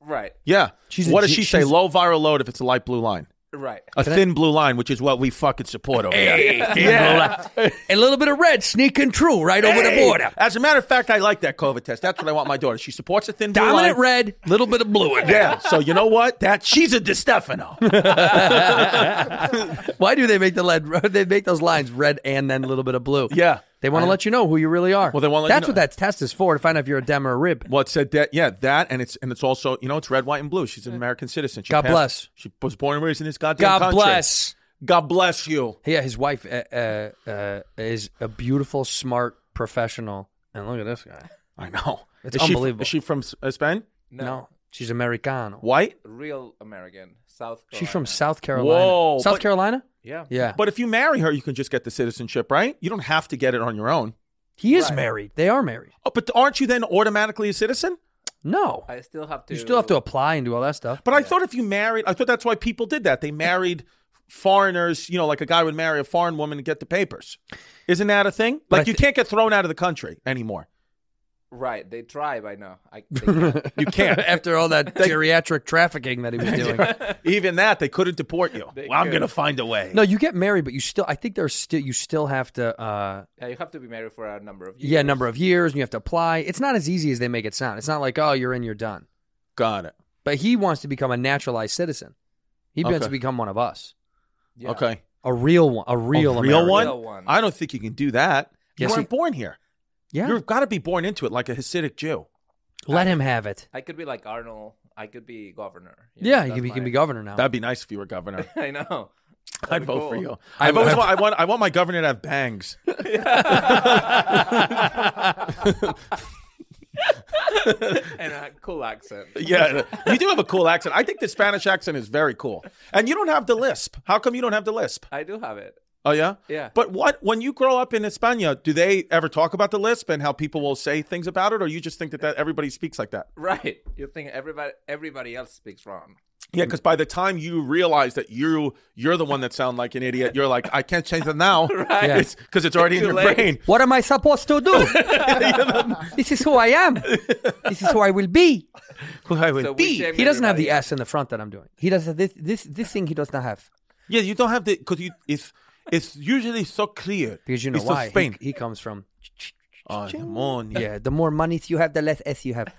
Speaker 11: Right.
Speaker 6: Yeah.
Speaker 1: She's a
Speaker 6: what does
Speaker 1: G-
Speaker 6: she say?
Speaker 1: she's-
Speaker 6: Low viral load if it's a light blue line.
Speaker 11: Right.
Speaker 6: A
Speaker 1: Can I-
Speaker 6: thin blue line, which is what we fucking support over here. Yeah.
Speaker 1: a little bit of red sneaking through right over the
Speaker 6: Hey!
Speaker 1: border.
Speaker 6: As a matter of fact, I like that COVID test. That's what I want my daughter. She supports a thin blue line.
Speaker 1: Dominant red, little bit of blue in there.
Speaker 6: Yeah. So you know what? That she's a De Stefano.
Speaker 1: Why do they make the lead? They make those lines red and then a little bit of blue.
Speaker 6: yeah.
Speaker 1: They want to let you know who you really are.
Speaker 6: Well, they want to let
Speaker 1: That's
Speaker 6: you know.
Speaker 1: what that test is for to find out if you're a dem or a rib.
Speaker 6: Well, it said that. Yeah, that, and it's and it's also you know it's red, white, and blue. She's an American citizen. She
Speaker 1: God
Speaker 6: passed-
Speaker 1: bless.
Speaker 6: She was born and raised in this goddamn
Speaker 1: God
Speaker 6: country.
Speaker 1: bless.
Speaker 6: God bless you.
Speaker 1: Yeah, his wife uh, uh, uh, is a beautiful, smart professional. And look at this guy.
Speaker 6: I know.
Speaker 1: It's
Speaker 6: Is she-
Speaker 1: unbelievable.
Speaker 6: is she from uh, Spain?
Speaker 1: No. she's Americano.
Speaker 6: White?
Speaker 4: Real American, South. Carolina.
Speaker 1: She's from South Carolina.
Speaker 6: Whoa,
Speaker 1: South
Speaker 6: but-
Speaker 1: Carolina?
Speaker 4: Yeah.
Speaker 1: Yeah.
Speaker 6: But if you marry her, you can just get the citizenship, right? You don't have to get it on your own.
Speaker 1: He is married. They are married.
Speaker 6: Oh, but aren't you then automatically a citizen?
Speaker 1: No.
Speaker 4: I still have to.
Speaker 1: You still have to apply and do all that stuff.
Speaker 6: But I thought if you married, I thought that's why people did that. They married foreigners, you know, like a guy would marry a foreign woman to get the papers. Isn't that a thing?
Speaker 1: But I
Speaker 6: Like you
Speaker 1: thi-
Speaker 6: can't get thrown out of the country anymore.
Speaker 4: Right, they tribe. I know. I.
Speaker 6: You can't.
Speaker 1: After all that geriatric trafficking that he was doing.
Speaker 6: Even that, they couldn't deport you. well, I'm going to find a way.
Speaker 1: No, you get married, but you still, I think there's still, you still have to, uh,
Speaker 4: Yeah, you have to be married for a number of years.
Speaker 1: yeah, number of years and you have to apply. It's not as easy as they make it sound. It's not like, oh, you're in, you're done.
Speaker 6: Got it.
Speaker 1: But he wants to become a naturalized citizen. He wants
Speaker 6: Okay.
Speaker 1: to become one of us.
Speaker 4: Yeah.
Speaker 6: Okay.
Speaker 1: A real one. A real,
Speaker 6: a real
Speaker 1: American.
Speaker 6: one?
Speaker 4: Real one.
Speaker 6: I don't think you can do that.
Speaker 1: Yes,
Speaker 6: you weren't
Speaker 1: he-
Speaker 6: born here.
Speaker 1: Yeah.
Speaker 6: You've got to be born into it like a Hasidic Jew.
Speaker 1: Let him have it.
Speaker 4: I could be like Arnold. I could be governor. you know,
Speaker 1: Yeah, he
Speaker 4: that's
Speaker 1: can, be, he can
Speaker 4: my-
Speaker 1: be governor now.
Speaker 6: That'd be nice if you were governor.
Speaker 4: I know.
Speaker 6: I'd
Speaker 4: That'd be
Speaker 6: vote for
Speaker 4: cool.
Speaker 6: you.
Speaker 1: I
Speaker 6: I've always
Speaker 1: would.
Speaker 6: want, I want I want my governor to have bangs.
Speaker 4: and a cool accent.
Speaker 6: yeah, you do have a cool accent. I think the Spanish accent is very cool. And you don't have the lisp. How come you don't have the lisp?
Speaker 4: I do have it.
Speaker 6: Oh yeah?
Speaker 4: Yeah.
Speaker 6: But what when you grow up in España, do they ever talk about the lisp and how people will say things about it or you just think that, that everybody speaks like that?
Speaker 4: Right. You think everybody everybody else speaks wrong.
Speaker 6: Yeah, because by the time you realize that you you're the one that sound like an idiot, you're like, I can't change it now,
Speaker 4: Right.
Speaker 6: Because it's, already in
Speaker 4: Too
Speaker 6: your
Speaker 4: late.
Speaker 6: brain.
Speaker 13: What am I supposed to do? this is who I am. This is who I will be.
Speaker 4: So we shame
Speaker 1: He doesn't have the
Speaker 4: everybody.
Speaker 1: S in the front that I'm doing.
Speaker 13: He does this. This this thing he does not have.
Speaker 6: Yeah, you don't have the because you it's it's usually so clear
Speaker 1: Because you know
Speaker 6: it's so
Speaker 1: why? He-
Speaker 6: Spain.
Speaker 1: He, comes from.
Speaker 6: Ah, demonio.
Speaker 13: Yeah, the more monies you have, the less S you have.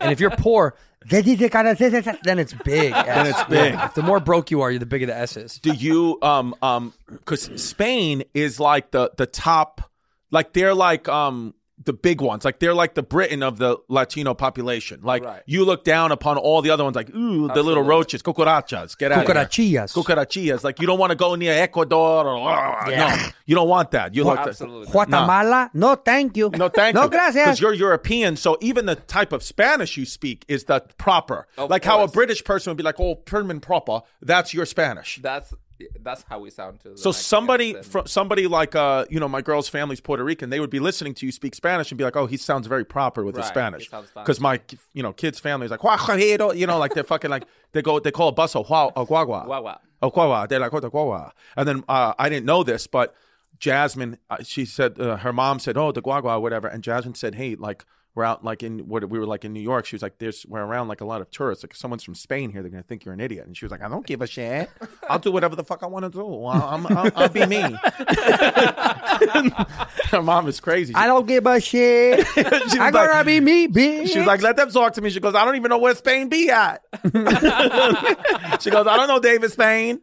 Speaker 13: And if you're poor, then it's big.
Speaker 6: Then
Speaker 13: S.
Speaker 6: it's big.
Speaker 1: If the more broke you are, you're the bigger the S is.
Speaker 6: do you um um because Spain is like the the top like they're like um the big ones like they're like the Britain of the Latino population like
Speaker 4: Right.
Speaker 6: you look down upon all the other ones like ooh the little
Speaker 4: Absolutely.
Speaker 6: roaches cucarachas get out of here
Speaker 13: Cucarachillas.
Speaker 6: cucarachillas like you don't want to go near Ecuador or ah, no you don't want that you like
Speaker 4: Absolutely.
Speaker 13: Guatemala? No, thank you.
Speaker 6: no, thank
Speaker 13: no,
Speaker 6: you.
Speaker 13: gracias.
Speaker 6: Because you're European, so even the type of Spanish you speak is the proper.
Speaker 4: Of
Speaker 6: like how a
Speaker 4: course.
Speaker 6: British person would be like, "Oh, Perman proper." That's your Spanish.
Speaker 4: That's that's how we sound to the
Speaker 6: So
Speaker 4: Mexicans
Speaker 6: somebody
Speaker 4: and-
Speaker 6: from somebody like uh you know my girl's family's Puerto Rican they would be listening to you speak Spanish and be like oh he sounds very proper with his
Speaker 4: Right,
Speaker 6: Spanish
Speaker 4: he sounds Spanish.
Speaker 6: because my you know kids family's like "Guajajero," you know like they're fucking like they go they call a bus a, hua, a guagua
Speaker 4: Guagua.
Speaker 6: a guagua they're like oh the guagua and then uh, I didn't know this but Jasmine uh, she said uh, her mom said oh the guagua whatever and Jasmine said hey like we're out like in what we were like in New York she was like there's we're around like a lot of tourists like if someone's from Spain here they're gonna think you're an idiot and she was like I don't give a shit I'll do whatever the fuck I want to do I'll, I'm, I'll, I'll be me. Her mom is crazy.
Speaker 13: I don't give a shit.
Speaker 6: She's
Speaker 13: I gotta be me, bitch.
Speaker 6: She's like, let them talk to me. She goes, I don't even know where Spain be at. she goes, I don't know David Spain.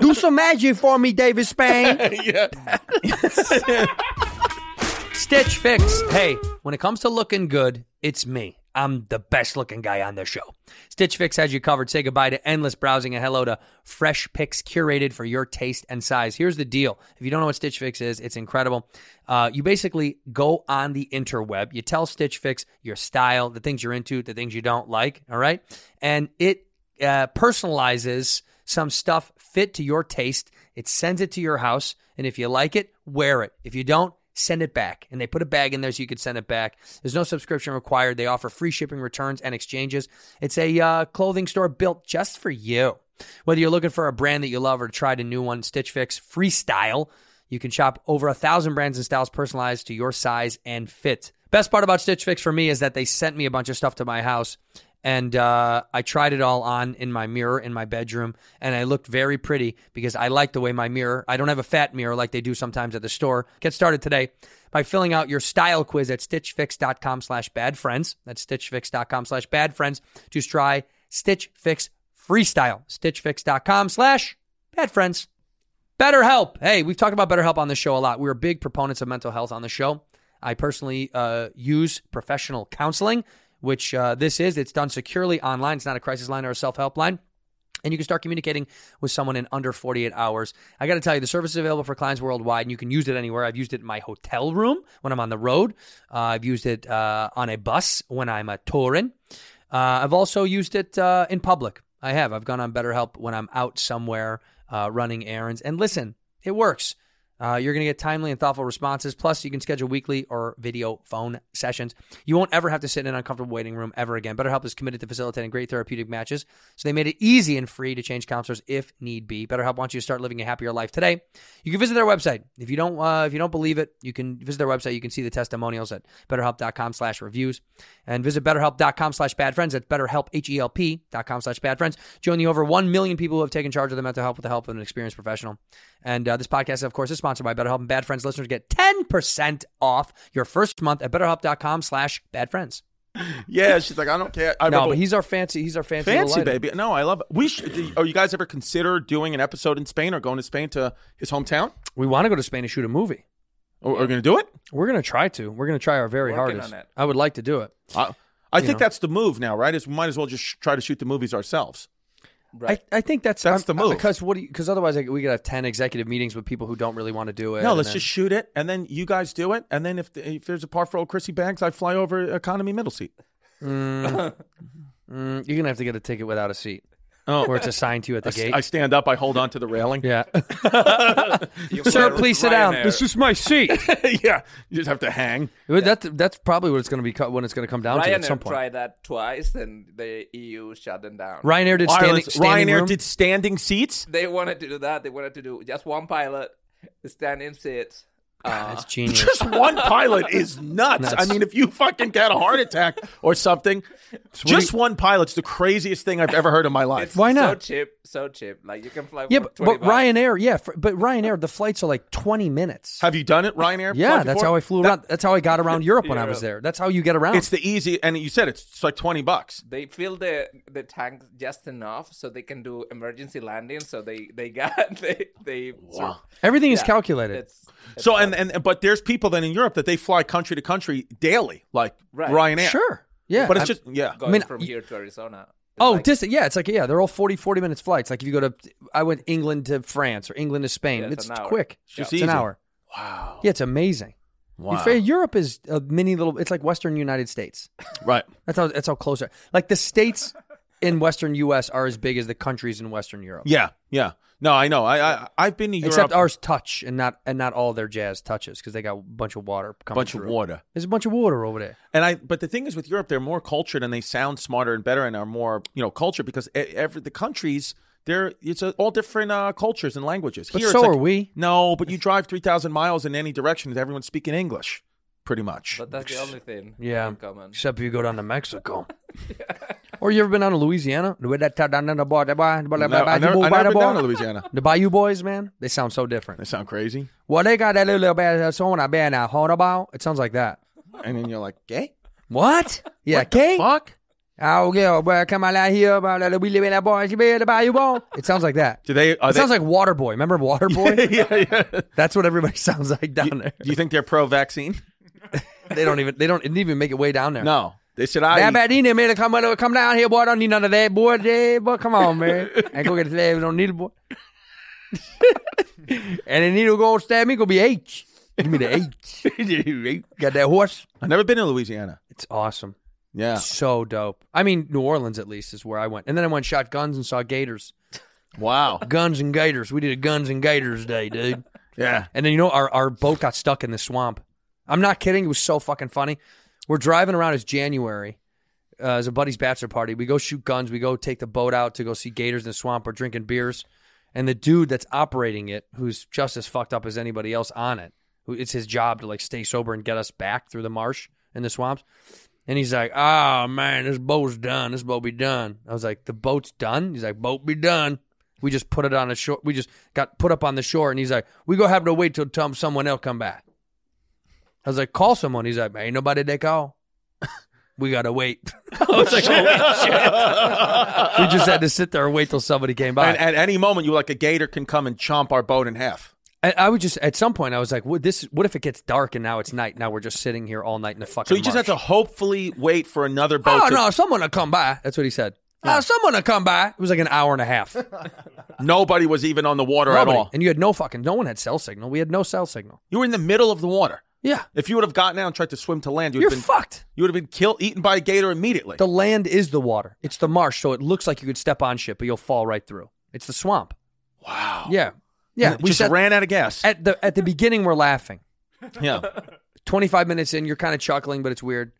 Speaker 13: do some magic for me, David Spain.
Speaker 1: Stitch Fix. Hey, when it comes to looking good, it's me. I'm the best looking guy on the show. Stitch Fix has you covered. Say goodbye to endless browsing and hello to fresh picks curated for your taste and size. Here's the deal if you don't know what Stitch Fix is, it's incredible. Uh, you basically go on the interweb, you tell Stitch Fix your style, the things you're into, the things you don't like, all right? And it uh, personalizes some stuff fit to your taste. It sends it to your house. And if you like it, wear it. If you don't, send it back. And they put a bag in there so you could send it back. There's no subscription required. They offer free shipping, returns, and exchanges. It's a uh, clothing store built just for you. Whether you're looking for a brand that you love or tried a new one, Stitch Fix Freestyle, you can shop over a thousand brands and styles personalized to your size and fit. Best part about Stitch Fix for me is that they sent me a bunch of stuff to my house and uh, I tried it all on in my mirror in my bedroom, and I looked very pretty because I like the way my mirror. I don't have a fat mirror like they do sometimes at the store. Get started today by filling out your style quiz at stitchfix.com/badfriends. That's stitchfix.com/badfriends to try Stitch Fix Freestyle. Stitchfix.com/badfriends. BetterHelp. Hey, we've talked about BetterHelp on this show a lot. We're big proponents of mental health on the show. I personally uh, use professional counseling, which uh, this is. It's done securely online. It's not a crisis line or a self help line. And you can start communicating with someone in under 48 hours. I got to tell you, the service is available for clients worldwide, and you can use it anywhere. I've used it in my hotel room when I'm on the road. Uh, I've used it uh, on a bus when I'm uh, touring. Uh, I've also used it uh, in public. I have. I've gone on BetterHelp when I'm out somewhere uh, running errands. And listen, it works. Uh, you're going to get timely and thoughtful responses. Plus, you can schedule weekly or video phone sessions. You won't ever have to sit in an uncomfortable waiting room ever again. BetterHelp is committed to facilitating great therapeutic matches, so they made it easy and free to change counselors if need be. BetterHelp wants you to start living a happier life today. You can visit their website. If you don't, uh, if you don't believe it, you can visit their website. You can see the testimonials at BetterHelp.com/reviews, and visit BetterHelp.com/badfriends. That's BetterHelp H-E-L-P dot com slash badfriends. Join the over one million people who have taken charge of their mental health with the help of an experienced professional. And uh, this podcast, of course, is sponsored by BetterHelp. And Bad Friends listeners get 10% off your first month at betterhelp.com slash badfriends.
Speaker 6: Yeah, she's like, I don't care. I
Speaker 1: no,
Speaker 6: remember-
Speaker 1: but he's our fancy, he's our fancy, little
Speaker 6: fancy
Speaker 1: lighter.
Speaker 6: baby. No, I love it. We should. Are you guys ever consider doing an episode in Spain or going to Spain to his hometown?
Speaker 1: We want to go to Spain to shoot a movie.
Speaker 6: Are we going to do it?
Speaker 1: We're going to try to. We're going to try our very
Speaker 6: Working
Speaker 1: hardest.
Speaker 6: on it.
Speaker 1: I would like to do it.
Speaker 6: I, I
Speaker 1: You
Speaker 6: think
Speaker 1: know.
Speaker 6: that's the move now, right? Is we might as well just sh- try to shoot the movies ourselves.
Speaker 1: I, I think that's
Speaker 6: That's the move.
Speaker 1: because what? Because otherwise, like, we could have ten executive meetings with people who don't really want to do it.
Speaker 6: No,
Speaker 1: and
Speaker 6: let's
Speaker 1: then-
Speaker 6: just shoot it, and then you guys do it, and then if the, if there's a par for old Chrissy Banks, I fly over economy middle seat.
Speaker 1: Mm. Mm, you're gonna have to get a ticket without a seat.
Speaker 6: Oh.
Speaker 1: where it's assigned to you at the
Speaker 6: I,
Speaker 1: gate.
Speaker 6: I stand up, I hold on to the railing.
Speaker 1: Yeah, Sir, please sit down. This is my seat.
Speaker 6: yeah, you just have to hang.
Speaker 1: That, that's probably what it's going to be co- when it's going to come down to at some
Speaker 4: Ryanair
Speaker 1: point.
Speaker 4: tried that twice, and the EU shut them down.
Speaker 1: Ryanair did standing,
Speaker 6: Ireland's-
Speaker 1: standing
Speaker 6: Ryanair
Speaker 1: room.
Speaker 6: did standing seats.
Speaker 4: They wanted to do that. They wanted to do just one pilot, stand in seats. Uh,
Speaker 1: That's genius.
Speaker 6: Just one pilot is nuts.
Speaker 1: Nuts.
Speaker 6: I mean, if you fucking get a heart attack or something, just one pilot's the craziest thing I've ever heard in my life.
Speaker 1: Why not?
Speaker 4: So cheap, so cheap. Like you can fly.
Speaker 1: yeah,
Speaker 4: for
Speaker 1: but, but
Speaker 4: 20 bucks.
Speaker 1: Ryanair, yeah, for, but Ryanair, the flights are like 20 minutes.
Speaker 6: Have you done it, Ryanair?
Speaker 1: Yeah,
Speaker 6: flight
Speaker 1: that's
Speaker 6: before?
Speaker 1: how I flew around. That's how I got around Europe when I was
Speaker 4: Yeah.
Speaker 1: there. That's how you get around.
Speaker 6: It's the easy, and you said it's, it's like twenty bucks.
Speaker 4: They fill the the tank just enough so they can do emergency landing. So they they got they they.
Speaker 6: Wow.
Speaker 1: Everything is calculated.
Speaker 4: It's, it's
Speaker 6: So and and but there's people then in Europe that they fly country to country daily, like
Speaker 4: Right.
Speaker 6: Ryanair.
Speaker 1: Sure. Yeah.
Speaker 6: but it's
Speaker 1: I'm-
Speaker 6: just yeah.
Speaker 4: going
Speaker 1: mean,
Speaker 4: from
Speaker 1: y-
Speaker 4: here to Arizona.
Speaker 1: Oh, distance. Yeah, it's like yeah, they're all 40 40 minutes flights. Like if you go to I went England to France or England to Spain,
Speaker 4: Yeah, it's
Speaker 1: it's,
Speaker 4: an hour.
Speaker 1: quick.
Speaker 4: It's just
Speaker 1: it's an
Speaker 6: easy.
Speaker 1: hour.
Speaker 6: Wow.
Speaker 1: Yeah, it's amazing. You
Speaker 6: Wow.
Speaker 1: fa- Europe is a mini little it's like western United States.
Speaker 6: Right.
Speaker 1: That's how that's how close. they are. Like the states in western US are as big as the countries in western Europe.
Speaker 6: Yeah. Yeah. No, I know. I, I I've been to Europe.
Speaker 1: Except ours touch and not and not all their jazz touches because they got a bunch of water coming
Speaker 6: bunch of
Speaker 1: through.
Speaker 6: water.
Speaker 1: There's a bunch of water over there.
Speaker 6: And I, but the thing is, with Europe, they're more cultured and they sound smarter and better and are more, you know, cultured because e- every the countries they're it's a, all different uh, cultures and languages.
Speaker 1: But
Speaker 6: it's
Speaker 1: so
Speaker 6: like-
Speaker 1: are we.
Speaker 6: No, but you drive three thousand miles in any direction, and everyone's speaking English, pretty much.
Speaker 4: But that's the only thing.
Speaker 1: Yeah.
Speaker 4: in common.
Speaker 1: Except if you go down to Mexico. Or you ever been down to Louisiana? The way that town down in the bar, the bar, the bar, the
Speaker 6: No,
Speaker 1: bar,
Speaker 6: I never,
Speaker 1: the
Speaker 6: I
Speaker 1: bar,
Speaker 6: never
Speaker 1: the
Speaker 6: been down to
Speaker 1: bar.
Speaker 6: Louisiana.
Speaker 1: The Bayou Boys, man, they sound so different.
Speaker 6: They sound crazy.
Speaker 1: Well, they got that little bad uh, song I been out hard about. It sounds like that.
Speaker 6: And then you're like, gay?
Speaker 1: What? Yeah, okay.
Speaker 6: Fuck.
Speaker 1: Oh, yeah, well, come on out here. About that, we live in that bar, you be in the Bayou Boy. It sounds like that.
Speaker 6: Do they? Are
Speaker 1: it
Speaker 6: they
Speaker 1: sounds like Waterboy. Remember Waterboy?
Speaker 6: yeah, yeah.
Speaker 1: That's what everybody sounds like down there.
Speaker 6: Do you think they're pro-vaccine?
Speaker 1: They don't even. They don't it didn't even make it way down there.
Speaker 6: No, they said I.
Speaker 1: That bad in there, man. Come, on, come down here, boy. I don't need none of that, boy. Yeah, boy. Come on, man. And go get a slab. Don't need it, boy. and the needle go stab me, go be H. Give me the H.
Speaker 6: eat.
Speaker 1: Got that horse.
Speaker 6: I've never been to Louisiana.
Speaker 1: It's awesome.
Speaker 6: Yeah.
Speaker 1: So dope. I mean, New Orleans at least is where I went. And then I went shotguns and saw gators.
Speaker 6: Wow.
Speaker 1: Guns and gators. We did a guns and gators day, dude.
Speaker 6: Yeah.
Speaker 1: And then you know our, our boat got stuck in the swamp. I'm not kidding. It was so fucking funny. We're driving around. It's January. Uh, as a buddy's bachelor party, we go shoot guns. We go take the boat out to go see gators in the swamp. We're drinking beers, and the dude that's operating it, who's just as fucked up as anybody else on it, who it's his job to like stay sober and get us back through the marsh and the swamps. And he's like,
Speaker 4: "Ah,
Speaker 1: "Oh man, this boat's done. This boat be done." I was like, "The boat's done." He's like, "Boat be done." We just put it on the shore. We just got put up on the shore, and he's like, "We gonna have to wait till tom- someone else come back." I was like, "Call someone." He's like, "Ain't nobody they call."
Speaker 4: we gotta wait. I was like, holy shit. we just had to sit there and wait till somebody came by.
Speaker 6: And at any moment, you like a gator can come and chomp our boat in half.
Speaker 4: And I would just at some point I was like, "What this? What if it gets dark and now it's night? Now we're just sitting here all night in the fucking."
Speaker 6: So you just have to hopefully wait for another boat.
Speaker 4: Oh
Speaker 6: to-
Speaker 4: no, someone will come by. That's what he said. "Oh, someone will come by. It was like an hour and a half.
Speaker 6: Nobody was even on the water
Speaker 4: Nobody.
Speaker 6: at all.
Speaker 4: And you had no fucking. No one had cell signal. We had no cell signal.
Speaker 6: You were in the middle of the water.
Speaker 4: Yeah.
Speaker 6: If you would have gotten out and tried to swim to land, you would
Speaker 4: You're
Speaker 6: have been
Speaker 4: fucked.
Speaker 6: You would have been killed, eaten by a gator immediately.
Speaker 4: The land is the water. It's the marsh, so it looks like you could step on shit, but you'll fall right through. It's the swamp.
Speaker 6: Wow.
Speaker 4: Yeah. Yeah.
Speaker 6: Just ran out of gas.
Speaker 4: At the at the beginning we're laughing.
Speaker 6: Yeah.
Speaker 4: 25 minutes in, you're kind of chuckling, but it's weird.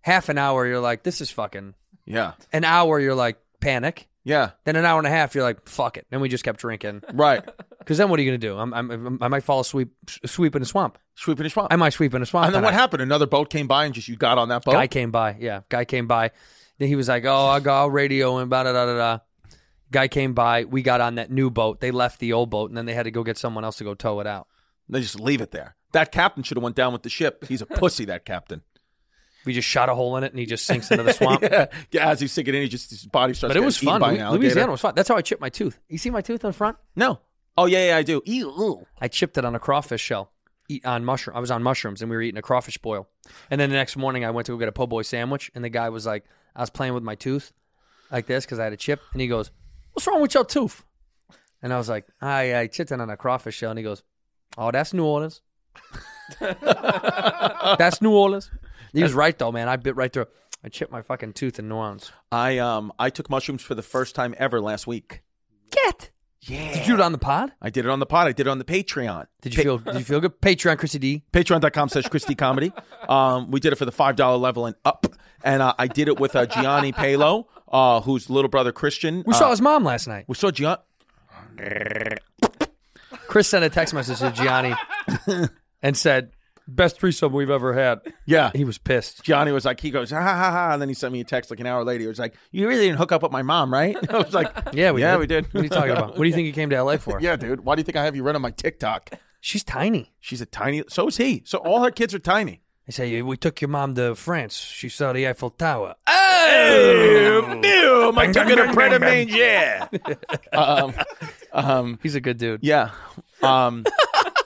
Speaker 4: Half an hour, you're like, this is fucking.
Speaker 6: Yeah.
Speaker 4: An hour, you're like, panic.
Speaker 6: Yeah.
Speaker 4: Then an hour and a half, you're like, fuck it. Then we just kept drinking.
Speaker 6: Right.
Speaker 4: Because then what are you going to do? I'm, I'm, I'm- I might fall asleep, sweep in a swamp.
Speaker 6: Sweep in a swamp.
Speaker 4: I might sweep in a swamp.
Speaker 6: And then what
Speaker 4: tonight.
Speaker 6: happened? Another boat came by and just you got on that boat.
Speaker 4: Guy came by. Yeah, guy came by. Then he was like, "Oh, I got radio and blah, da da da da." Guy came by. We got on that new boat. They left the old boat, and then they had to go get someone else to go tow it out.
Speaker 6: They just leave it there. That captain should have went down with the ship. He's a pussy. That captain.
Speaker 4: We just shot a hole in it, and he just sinks into the swamp.
Speaker 6: yeah. Yeah, As he's sinking in, he just his body starts.
Speaker 4: But it
Speaker 6: getting
Speaker 4: was
Speaker 6: eaten
Speaker 4: fun.
Speaker 6: By
Speaker 4: Lou-
Speaker 6: an alligator.
Speaker 4: Louisiana was fun. That's how I chipped my tooth. You see my tooth in front?
Speaker 6: No. Oh yeah, yeah, I do. Ew, ew.
Speaker 4: I chipped it on a crawfish shell. Eat on mushroom. I was on mushrooms, and we were eating a crawfish boil. And then the next morning, I went to go get a po' boy sandwich, and the guy was like, "I was playing with my tooth, like this, because I had a chip." And he goes, "What's wrong with your tooth?" And I was like, "I I chipped it on a crawfish shell." And he goes, "Oh, that's New Orleans. that's New Orleans." He was right though, man. I bit right through. I chipped my fucking tooth in New Orleans.
Speaker 6: I um I took mushrooms for the first time ever last week.
Speaker 4: Get.
Speaker 6: Yeah.
Speaker 4: Did you do it on the pod?
Speaker 6: I did it on the pod. I did it on the Patreon.
Speaker 4: Did you feel? Did you feel good? Patreon, Chrissy D.
Speaker 6: Patreon.com slash Christy Comedy. Um, we did it for the $5 level and up. And uh, I did it with uh, Gianni Palo, uh, whose little brother Christian.
Speaker 4: We
Speaker 6: uh,
Speaker 4: saw his mom last night.
Speaker 6: We saw Gianni.
Speaker 4: Chris sent a text message to Gianni and said, "Best threesome we've ever had."
Speaker 6: Yeah.
Speaker 4: He was pissed.
Speaker 6: Gianni was like, he goes, ha ha ha ha. And then he sent me a text like an hour later. He was like, you really didn't hook up with my mom, right? I was like,
Speaker 4: Yeah, we
Speaker 6: yeah,
Speaker 4: did.
Speaker 6: we did.
Speaker 4: What are you talking about? What do you think he came to LA for?
Speaker 6: yeah, dude. Why do you think I have you run on my TikTok?
Speaker 4: She's tiny.
Speaker 6: She's a tiny. So is he. So all her kids are tiny.
Speaker 4: They say we took your mom to France. She saw the Eiffel Tower.
Speaker 6: Hey, Bill, my
Speaker 4: Bang, bang,
Speaker 6: tucking a
Speaker 4: bang,
Speaker 6: predator
Speaker 4: bang,
Speaker 6: man, yeah. um, um,
Speaker 4: He's a good dude.
Speaker 6: yeah. Um,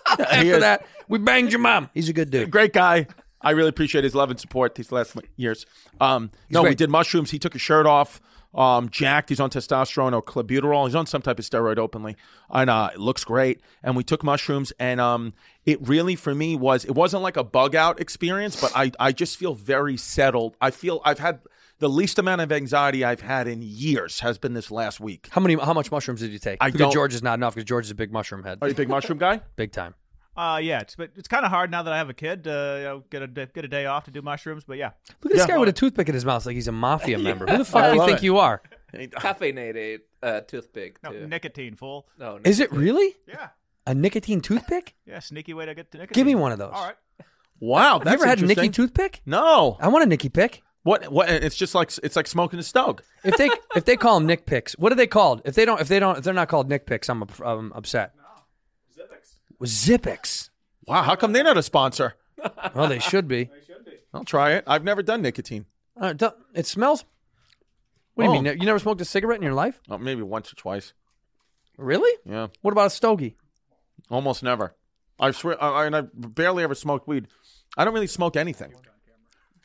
Speaker 6: he
Speaker 4: After
Speaker 6: is-
Speaker 4: that, we banged your mom. He's a good dude.
Speaker 6: great guy. I really appreciate his love and support these last years. Um, no, we
Speaker 4: great.
Speaker 6: did mushrooms. He took his shirt off. Um, jacked. He's on testosterone or clenbuterol. He's on some type of steroid openly, and uh, it looks great. And we took mushrooms, and um, it really for me was it wasn't like a bug out experience, but I I just feel very settled. I feel I've had the least amount of anxiety I've had in years has been this last week.
Speaker 4: How many? How much mushrooms did you take?
Speaker 6: I
Speaker 4: because
Speaker 6: don't-
Speaker 4: George is not enough because George is a big mushroom head,
Speaker 6: Are you a big mushroom guy?
Speaker 4: big time.
Speaker 7: Uh, yeah, it's but it's kind of hard now that I have a kid to uh, you know, get a d- get a day off to do mushrooms. But yeah,
Speaker 4: Look at this guy with a toothpick in his mouth, like he's a mafia member. Who the fuck
Speaker 6: I
Speaker 4: do you
Speaker 6: love
Speaker 4: think
Speaker 6: it.
Speaker 4: you are?
Speaker 14: Caffeinated uh, toothpick.
Speaker 7: no
Speaker 14: too.
Speaker 7: nicotine, fool.
Speaker 14: No, no.
Speaker 4: Is it really
Speaker 7: Yeah,
Speaker 4: a nicotine toothpick?
Speaker 7: yeah, sneaky way to get to nicotine.
Speaker 4: Give me one of those.
Speaker 7: All right,
Speaker 6: Wow,
Speaker 4: Have you
Speaker 6: that's
Speaker 4: ever had a Nicky
Speaker 6: interesting.
Speaker 4: toothpick?
Speaker 6: No,
Speaker 4: I want a Nicky pick.
Speaker 6: what? What? It's just like it's like smoking a stog.
Speaker 4: If they if they call them Nick picks, what are they called? If they don't if they don't if they're not called Nick picks, I'm, up- I'm upset. Well, Zippix.
Speaker 6: Wow, how come they're not a sponsor?
Speaker 4: Well, they should be.
Speaker 6: I'll try it. I've never done nicotine.
Speaker 4: Uh, don't- it smells. What do
Speaker 6: Oh.
Speaker 4: you mean? You never smoked a cigarette in your life?
Speaker 6: Oh, maybe once or twice.
Speaker 4: Really?
Speaker 6: Yeah,
Speaker 4: What about a stogie?
Speaker 6: almost never. I swear, I, I- and I barely ever smoked weed. I don't really smoke anything.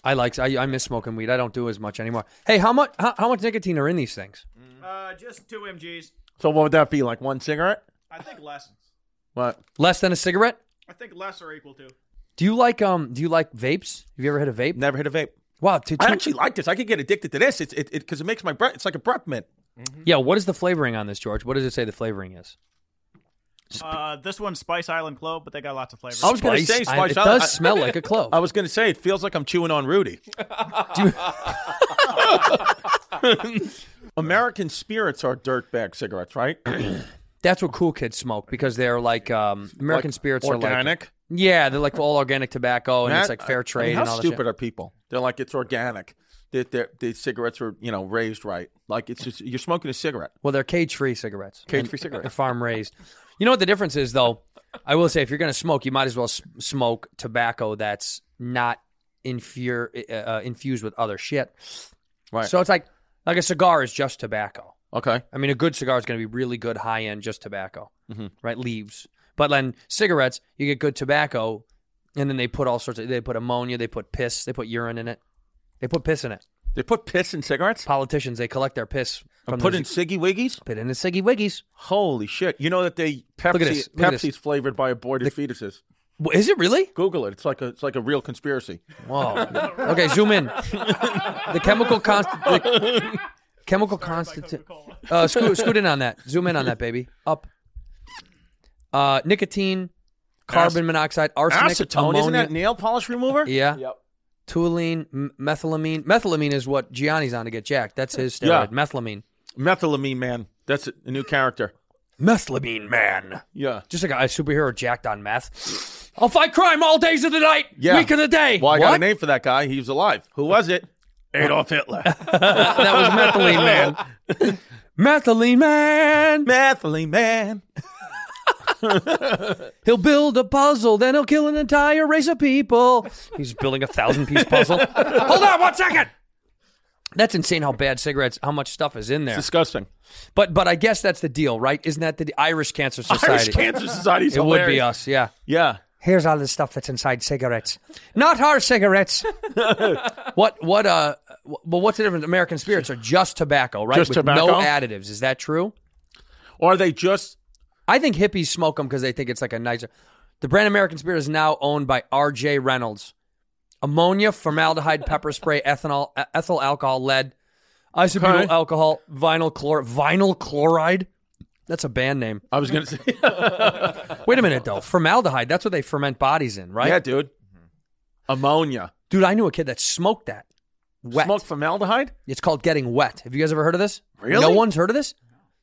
Speaker 4: I like I, I miss smoking weed. I don't do as much anymore. Hey, how much how, how much nicotine are in these things?
Speaker 7: uh, just two mgs.
Speaker 6: So what would that be? Like one cigarette?
Speaker 7: I think less.
Speaker 6: What?
Speaker 4: Less than a cigarette?
Speaker 7: I think less or equal to.
Speaker 4: Do you like um do you like vapes? Have you ever hit a vape?
Speaker 6: Never hit a vape.
Speaker 4: Wow, to,
Speaker 6: I actually like this. I could get addicted to this. It's it because it, makes my breath. It's like a breath mint.
Speaker 4: Yeah, what is the flavoring on this, George? What does it say the flavoring is?
Speaker 7: Uh, this one's Spice Island Clove, but they got lots of flavors.
Speaker 6: I was gonna
Speaker 4: Spice?
Speaker 6: say
Speaker 4: I-
Speaker 6: spice
Speaker 4: It Oh,
Speaker 6: Island.
Speaker 4: does
Speaker 6: I-
Speaker 4: smell like a clove.
Speaker 6: I was gonna say it feels like I'm chewing on Rudy. American spirits are dirtbag cigarettes, right?
Speaker 4: That's what cool kids smoke because they're like um, American
Speaker 6: Like
Speaker 4: spirits are like
Speaker 6: organic.
Speaker 4: yeah, they're like all organic tobacco and it's
Speaker 6: Matt,
Speaker 4: like fair
Speaker 6: I
Speaker 4: trade
Speaker 6: mean, how
Speaker 4: and all
Speaker 6: stupid
Speaker 4: that.
Speaker 6: are people? They're like it's organic. That they're- the cigarettes are you know raised right. Like it's just you're smoking a cigarette.
Speaker 4: Shit. Well, they're cage free cigarettes.
Speaker 6: Cage-free
Speaker 4: And-
Speaker 6: cigarettes.
Speaker 4: and farm raised. You know what the difference is though? I will say if you're going to smoke, you might as well s- smoke tobacco that's not infure, uh, infused with other shit.
Speaker 6: Right.
Speaker 4: So it's like like a cigar is just tobacco.
Speaker 6: Okay.
Speaker 4: I mean, a good cigar is going to be really good, high end, just tobacco.
Speaker 6: Mhm.
Speaker 4: Right. Leaves. But then cigarettes, you get good tobacco, and then they put all sorts of. They put ammonia. They put piss. They put urine in it. They put piss in it.
Speaker 6: They put piss in cigarettes.
Speaker 4: Politicians they collect their piss.
Speaker 6: And
Speaker 4: from
Speaker 6: put
Speaker 4: their-
Speaker 6: in Siggy Wiggies?
Speaker 4: Put in the Siggy Wiggies.
Speaker 6: Holy shit. You know that they Pepsi
Speaker 4: Look at this. Look at this.
Speaker 6: Pepsi's flavored by aborted fetuses.
Speaker 4: Is it really?
Speaker 6: Google it. It's like a it's like a real conspiracy.
Speaker 4: Whoa. okay, zoom in. The chemical constant. The chemical constant. Uh, scoot, scoot in on that. Zoom in on that, baby. Up. Uh, nicotine, carbon
Speaker 6: Ac-
Speaker 4: monoxide, arsenic,
Speaker 6: acetone.
Speaker 4: ammonia.
Speaker 6: Isn't that nail polish remover?
Speaker 4: Yeah. Toluene, m- methylamine. Methylamine is what Gianni's on to get jacked. That's his
Speaker 6: Yeah.
Speaker 4: steroid. Methylamine.
Speaker 6: Methylamine man. That's a new character.
Speaker 4: Methylamine man.
Speaker 6: Yeah.
Speaker 4: Just like a superhero jacked on meth. I'll fight crime all days of the night,
Speaker 6: Yeah.
Speaker 4: week of the day.
Speaker 6: Well, I got a
Speaker 4: What?
Speaker 6: name for that guy. He was alive. Who was it? Adolf Hitler.
Speaker 4: that was methylene man. methylene man.
Speaker 6: Methylene man.
Speaker 4: he'll build a puzzle, then he'll kill an entire race of people. He's building a thousand piece puzzle. Hold on one second. That's insane how bad cigarettes, how much stuff is in there.
Speaker 6: It's disgusting.
Speaker 4: But but I guess that's the deal, right? Isn't that the Irish Cancer Society?
Speaker 6: Cancer Society's
Speaker 4: It would be
Speaker 6: hilarious.
Speaker 4: us, yeah.
Speaker 6: Yeah.
Speaker 4: Here's all the stuff that's inside cigarettes. Not our cigarettes. what what uh w- well what's the difference? American spirits are just tobacco, right?
Speaker 6: Just
Speaker 4: With
Speaker 6: tobacco?
Speaker 4: no additives. Is that true?
Speaker 6: Or are they just
Speaker 4: I think hippies smoke them because they think it's like a nicer The brand American Spirit is now owned by R.J. Reynolds. Ammonia, formaldehyde, pepper spray, ethanol, e- ethyl alcohol, lead, isobutyl
Speaker 6: Okay.
Speaker 4: alcohol, vinyl chlor, vinyl chloride. That's a band name.
Speaker 6: I was gonna say.
Speaker 4: Wait a minute though, formaldehyde. That's what they ferment bodies in, right?
Speaker 6: Yeah, dude. Mm-hmm. Ammonia.
Speaker 4: Dude, I knew a kid that smoked that. Wet.
Speaker 6: Smoke formaldehyde?
Speaker 4: It's called getting wet. Have you guys ever heard of this?
Speaker 6: Really?
Speaker 4: No one's heard of this.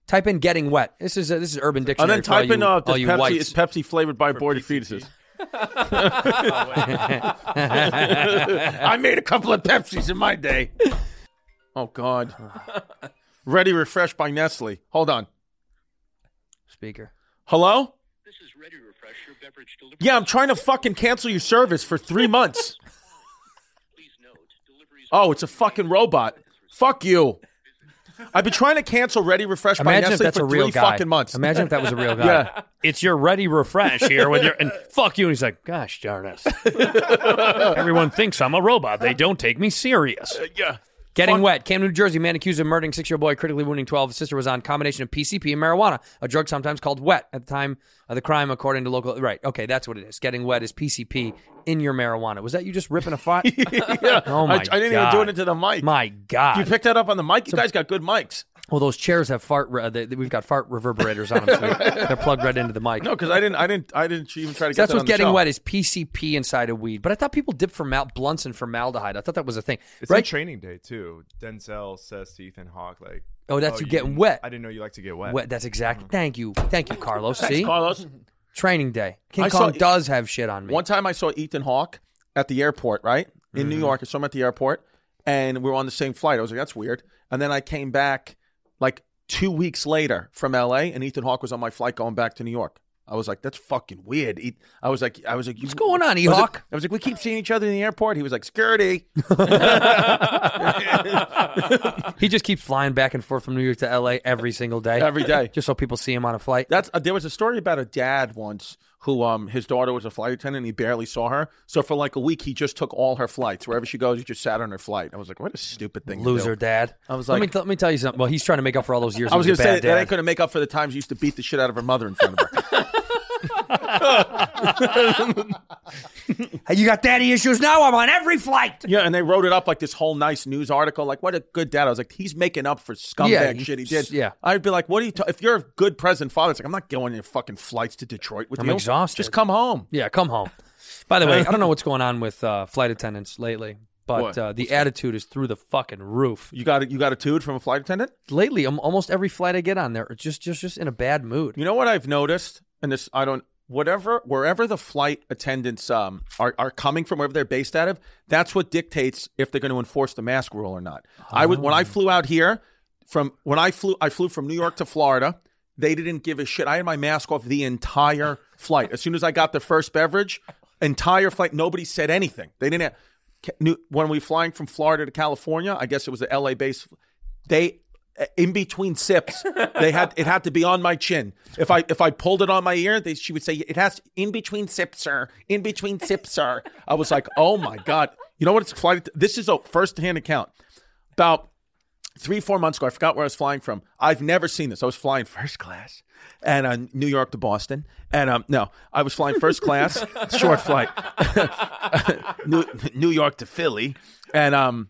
Speaker 4: Type in getting wet. This is this is Urban
Speaker 6: And
Speaker 4: Dictionary.
Speaker 6: then type
Speaker 4: for all
Speaker 6: in
Speaker 4: you,
Speaker 6: uh, does
Speaker 4: all you
Speaker 6: Pepsi,
Speaker 4: whites.
Speaker 6: is Pepsi flavored by aborted fetuses.
Speaker 4: Oh,
Speaker 6: I made a couple of Pepsis in my day. Oh God. Ready refresh by Nestle. Hold on.
Speaker 4: Speaker.
Speaker 6: Hello? Yeah, I'm trying to fucking cancel your service for three months. Oh, it's a fucking robot. Fuck you. I've been trying to cancel Ready Refresh by
Speaker 4: Imagine
Speaker 6: Nestle
Speaker 4: if that's
Speaker 6: for
Speaker 4: a real
Speaker 6: three
Speaker 4: guy.
Speaker 6: fucking months.
Speaker 4: Imagine if that was a real guy.
Speaker 6: Yeah.
Speaker 4: It's your ready refresh here with your and fuck you. And he's like, gosh darn it. Everyone thinks I'm a robot. They don't take me serious.
Speaker 6: yeah.
Speaker 4: Getting wet. Camden, New Jersey. Man accused of murdering six year old boy, critically wounding 12. His sister was on combination of PCP and marijuana, a drug sometimes called wet at the time of the crime, according to local. Right. Okay. That's what it is. Getting wet is PCP in your marijuana. Was that you just ripping a fart?
Speaker 6: Yeah.
Speaker 4: Oh, my
Speaker 6: I, I didn't even
Speaker 4: God.
Speaker 6: do it into the mic.
Speaker 4: My God.
Speaker 6: You picked that up on the mic? You guys got good mics.
Speaker 4: Well, those chairs have fart. Re- uh, they, we've got fart reverberators on them. So they- they're plugged right into the mic.
Speaker 6: No, because I didn't I didn't I didn't even try to
Speaker 4: So that's
Speaker 6: get that
Speaker 4: what's
Speaker 6: on the
Speaker 4: getting
Speaker 6: show.
Speaker 4: wet is PCP inside of weed. But I thought people dip formal blunts and formaldehyde. I thought that was a thing,
Speaker 1: It's on
Speaker 4: right?
Speaker 1: training day too. Denzel says to Ethan Hawke, like,
Speaker 4: Oh, that's you getting wet."
Speaker 1: I didn't know you like to get wet.
Speaker 4: Wet- That's exactly. Thank you, thank you, Carlos.
Speaker 6: Mm. Thanks,
Speaker 4: See,
Speaker 6: Carlos.
Speaker 4: Training day. King
Speaker 6: I saw-
Speaker 4: Kong does have shit on me.
Speaker 6: One time I saw Ethan Hawke at the airport, right? In
Speaker 4: Mm-hmm.
Speaker 6: New York. I saw him at the airport and we were on the same flight. I was like, that's weird. And then I came back like two weeks later from LA and Ethan Hawke was on my flight going back to New York. I was like, that's fucking weird. E- I was like, I was like, what's
Speaker 4: going on,
Speaker 6: I was
Speaker 4: E-Hawk?
Speaker 6: like, I was like, we keep seeing each other in the airport. He was like, skirty.
Speaker 4: he just keeps flying back and forth from New York to L.A. every single day.
Speaker 6: Every day.
Speaker 4: just so people see him on a flight.
Speaker 6: That's uh, there was a story about a dad once who um his daughter was a flight attendant and he barely saw her. So for like a week he just took all her flights wherever she goes. He just sat on her flight. I was like, what a stupid thing, to do.
Speaker 4: Loser dad. I
Speaker 6: was
Speaker 4: let
Speaker 6: like-
Speaker 4: me, let me tell you something. Well, he's trying to make up for all those years.
Speaker 6: I was
Speaker 4: he
Speaker 6: gonna
Speaker 4: a
Speaker 6: say
Speaker 4: bad
Speaker 6: that I
Speaker 4: dad.
Speaker 6: couldn't make up for the times she used to beat the shit out of her mother in front of her.
Speaker 4: Hey, you got daddy issues now. I'm on every flight.
Speaker 6: yeah, and they wrote it up like this whole nice news article. Like, what a good dad! I was like, he's making up for scumbag
Speaker 4: Yeah, he-
Speaker 6: shit he did.
Speaker 4: yeah.
Speaker 6: I'd be like, what are you? Ta- if you're a good present father, it's like I'm not going on your fucking flights to Detroit with
Speaker 4: I'm
Speaker 6: you.
Speaker 4: exhausted.
Speaker 6: Just come home.
Speaker 4: Yeah, come home. By the way, I don't know what's going on with uh, flight attendants lately, but
Speaker 6: What?
Speaker 4: uh, the attitude is through the fucking roof.
Speaker 6: You got a, you got a toot from a flight attendant.
Speaker 4: Lately, um, almost every flight I get on there, it's just just just in a bad mood.
Speaker 6: You know what I've noticed, and this I don't whatever wherever the flight attendants um are, are coming from, wherever they're based out of, that's what dictates if they're going to enforce the mask rule or not. I would when I flew out here from when I flew I flew from New York to Florida, they didn't give a shit. I had my mask off the entire flight. As soon as I got the first beverage, entire flight, nobody said anything. They didn't. Ca- New- when we were flying from Florida to California, I guess it was the LA base. They eh, in between sips, they had it had to be on my chin. If I if I pulled it on my ear, they, she would say it has in between sips, sir. In between sips, sir. I was like, oh my god. You know what? It's flight. att- This is a first hand account. About three four months ago, I forgot where I was flying from. I've never seen this. I was flying first class, and uh, New York to Boston, and um, no, I was flying first class, short flight. New, New York to Philly, and um,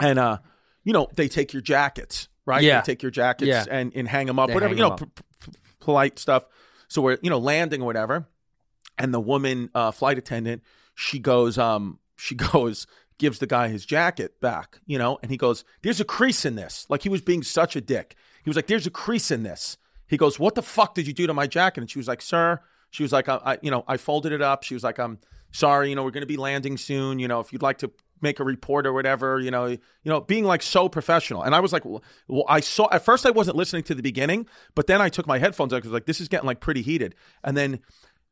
Speaker 6: and uh, you know they take your jackets, right?
Speaker 1: Yeah.
Speaker 6: They take your jackets
Speaker 1: Yeah.
Speaker 6: and and hang them up,
Speaker 1: They
Speaker 6: whatever
Speaker 1: hang
Speaker 6: you know,
Speaker 1: 'em
Speaker 6: p- p- p- polite stuff. So we're you know landing or whatever, and the woman uh, flight attendant she goes um she goes gives the guy his jacket back, you know, and he goes there's a crease in this. Like he was being such a dick. He was like there's a crease in this. He goes what the fuck did you do to my jacket? And she was like sir. She was like I, I you know I folded it up. She was like I'm sorry you know we're going to be landing soon. You know if you'd like to make a report or whatever, you know, you know, being like so professional. And I was like, well, well, I saw at first I wasn't listening to the beginning, but then I took my headphones out because like this is getting like pretty heated. And then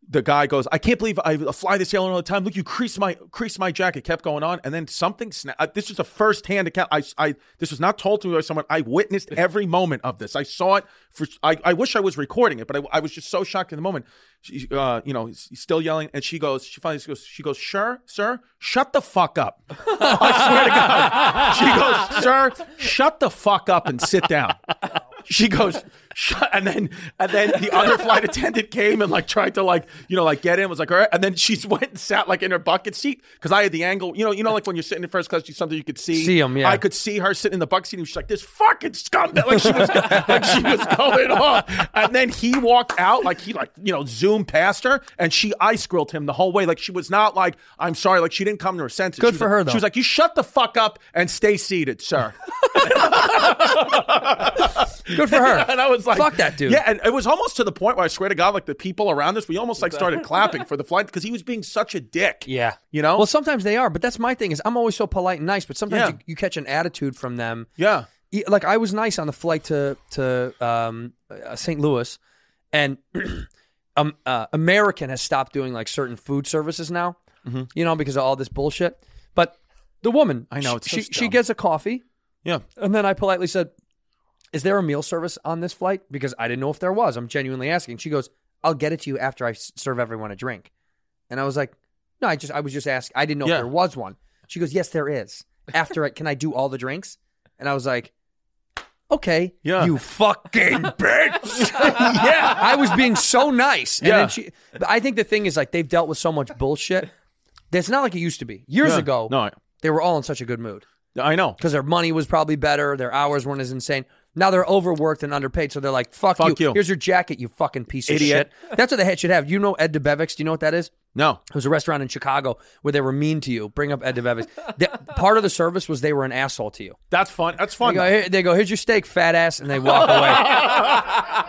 Speaker 6: the guy goes, I can't believe I fly this airline all the time. Look, you crease my crease my jacket. Kept going on, and then something. Sna- uh, this is a first hand account. I, I this was not told to me by someone. I witnessed every moment of this. I saw it. For I, I wish I was recording it, but I, I was just so shocked in the moment. She, uh, you know, he's he's still yelling, and she goes. She finally goes. She goes, sure, sir, shut the fuck up. She goes, "Sir, shut the fuck up and sit down." She goes, shut, and then and then the other flight attendant came and like tried to like you know like get in was like all right, and then she went and sat like in her bucket seat because I had the angle you know you know like when you're sitting in first class you something you could see
Speaker 4: See 'em, yeah.
Speaker 6: I could see her sitting in the bucket seat and she's like this fucking scumbag like she was like she was going off and then he walked out like he like you know zoomed past her and she ice grilled him the whole way like she was not like I'm sorry like she didn't come to her senses
Speaker 4: Good
Speaker 6: She was
Speaker 4: for
Speaker 6: like-
Speaker 4: her, though.
Speaker 6: she was like you shut the fuck up and stay seated sir.
Speaker 4: Good for her.
Speaker 6: and I was like,
Speaker 4: Fuck that dude.
Speaker 6: Yeah, and it was almost to the point where I swear to God, like the people around us, we almost like started clapping for the flight because he was being such a dick.
Speaker 4: Yeah.
Speaker 6: You know?
Speaker 1: Well, sometimes they are, but that's my thing is I'm always so polite and nice, but sometimes
Speaker 4: Yeah.
Speaker 1: you, you catch an attitude from them.
Speaker 6: Yeah.
Speaker 1: Like I was nice on the flight to to um, uh, St. Louis and um, uh, American has stopped doing like certain food services now,
Speaker 4: Mhm.
Speaker 1: you know, because of all this bullshit. But the woman,
Speaker 4: I know, it's so
Speaker 1: she, she
Speaker 4: dumb.
Speaker 1: gets a coffee.
Speaker 6: Yeah.
Speaker 1: And then I politely said, is there a meal service on this flight? Because I didn't know if there was. I'm genuinely asking. She goes, I'll get it to you after I s- serve everyone a drink. And I was like, no, I just, I was just asking. I didn't know
Speaker 4: Yeah.
Speaker 1: if there was one. She goes, yes, there is. After it, can I do all the drinks? And I was like, okay, yeah. you fucking bitch. yeah. I was being so nice. And
Speaker 4: Yeah.
Speaker 1: then she, but I think the thing is like they've dealt with so much bullshit. That's not like it used to be. Years
Speaker 4: Yeah.
Speaker 1: ago,
Speaker 4: No, I-
Speaker 1: they were all in such a good mood.
Speaker 6: I know.
Speaker 1: Because their money was probably better, their hours weren't as insane. Now they're overworked and underpaid, so they're like, fuck,
Speaker 4: Fuck you.
Speaker 1: Here's your jacket, you fucking piece
Speaker 4: Idiot.
Speaker 1: of shit. That's what the head should have. You know Ed DeBevics? Do you know what that is?
Speaker 6: No.
Speaker 1: It was a restaurant in Chicago where they were mean to you. Bring up Ed DeBevics. The- part of the service was they were an asshole to you.
Speaker 6: That's fun. That's
Speaker 1: They
Speaker 6: fun.
Speaker 1: go, "Here- they go, here's your steak, fat ass, and they walk away.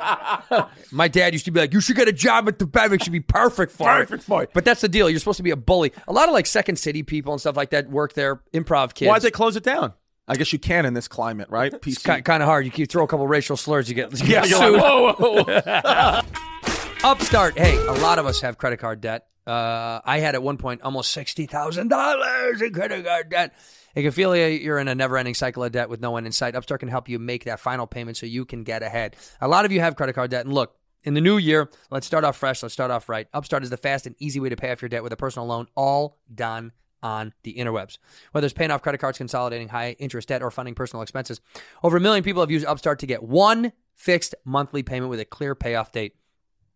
Speaker 1: My dad used to be like, you should get a job at the bev. It should be perfect for it.
Speaker 6: Perfect for it.
Speaker 1: But that's the deal. You're supposed to be a bully. A lot of like second city people and stuff like that work there, improv kids.
Speaker 6: Why'd they close it down? I guess you can in this climate, right? Peace.
Speaker 1: Kind, of hard. You, you throw a couple racial slurs, you get, you
Speaker 6: Yeah,
Speaker 1: get
Speaker 6: you're
Speaker 1: sued.
Speaker 6: like, whoa, whoa.
Speaker 1: Upstart. Hey, a lot of us have credit card debt. Uh, I had at one point almost sixty thousand dollars in credit card debt. It can feel you- you're in a never-ending cycle of debt with no end in sight. Upstart can help you make that final payment so you can get ahead. A lot of you have credit card debt, and look. In the new year, let's start off fresh. Let's start off right. Upstart is the fast and easy way to pay off your debt with a personal loan, all done on the interwebs. Whether it's paying off credit cards, consolidating high interest debt, or funding personal expenses, over a million people have used Upstart to get one fixed monthly payment with a clear payoff date.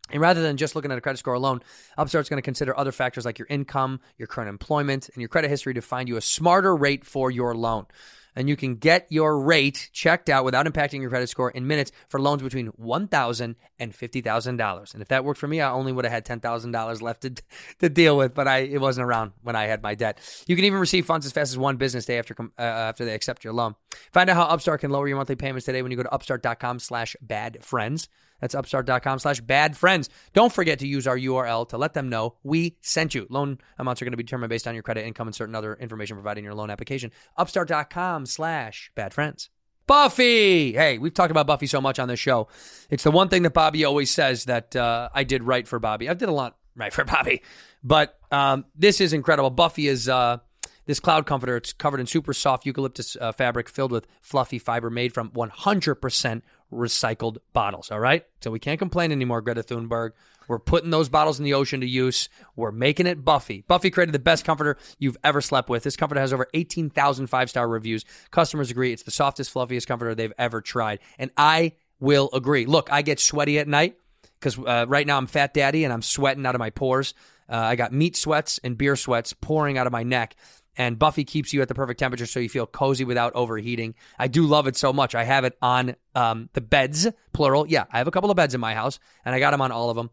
Speaker 1: And rather than just looking at a credit score alone, Upstart's going to consider other factors like your income, your current employment, and your credit history to find you a smarter rate for your loan. And you can get your rate checked out without impacting your credit score in minutes for loans between $1,000 and $50,000. And if that worked for me, I only would have had $10,000 left to, to deal with, but I it wasn't around when I had my debt. You can even receive funds as fast as one business day after com- uh, after they accept your loan. Find out how Upstart can lower your monthly payments today when you go to upstart.com slash bad friends. That's upstart.com slash bad friends. Don't forget to use our URL to let them know we sent you. Loan amounts are going to be determined based on your credit income and certain other information provided in your loan application. Upstart.com slash bad friends. Buffy! Hey, we've talked about Buffy so much on this show. It's the one thing that Bobby always says that uh, I did right for Bobby. I did a lot right for Bobby, but um, this is incredible. Buffy is. Uh, This cloud comforter, it's covered in super soft eucalyptus uh, fabric filled with fluffy fiber made from 100% recycled bottles. All right? So we can't complain anymore, Greta Thunberg. We're putting those bottles in the ocean to use. We're making it Buffy. Buffy created the best comforter you've ever slept with. This comforter has over 18,000 five star reviews. Customers agree it's the softest, fluffiest comforter they've ever tried. And I will agree. Look, I get sweaty at night because uh, right now I'm fat daddy and I'm sweating out of my pores. Uh, I got meat sweats and beer sweats pouring out of my neck. And Buffy keeps you at the perfect temperature so you feel cozy without overheating. I do love it so much. I have it on um, the beds, plural. Yeah, I have a couple of beds in my house and I got them on all of them.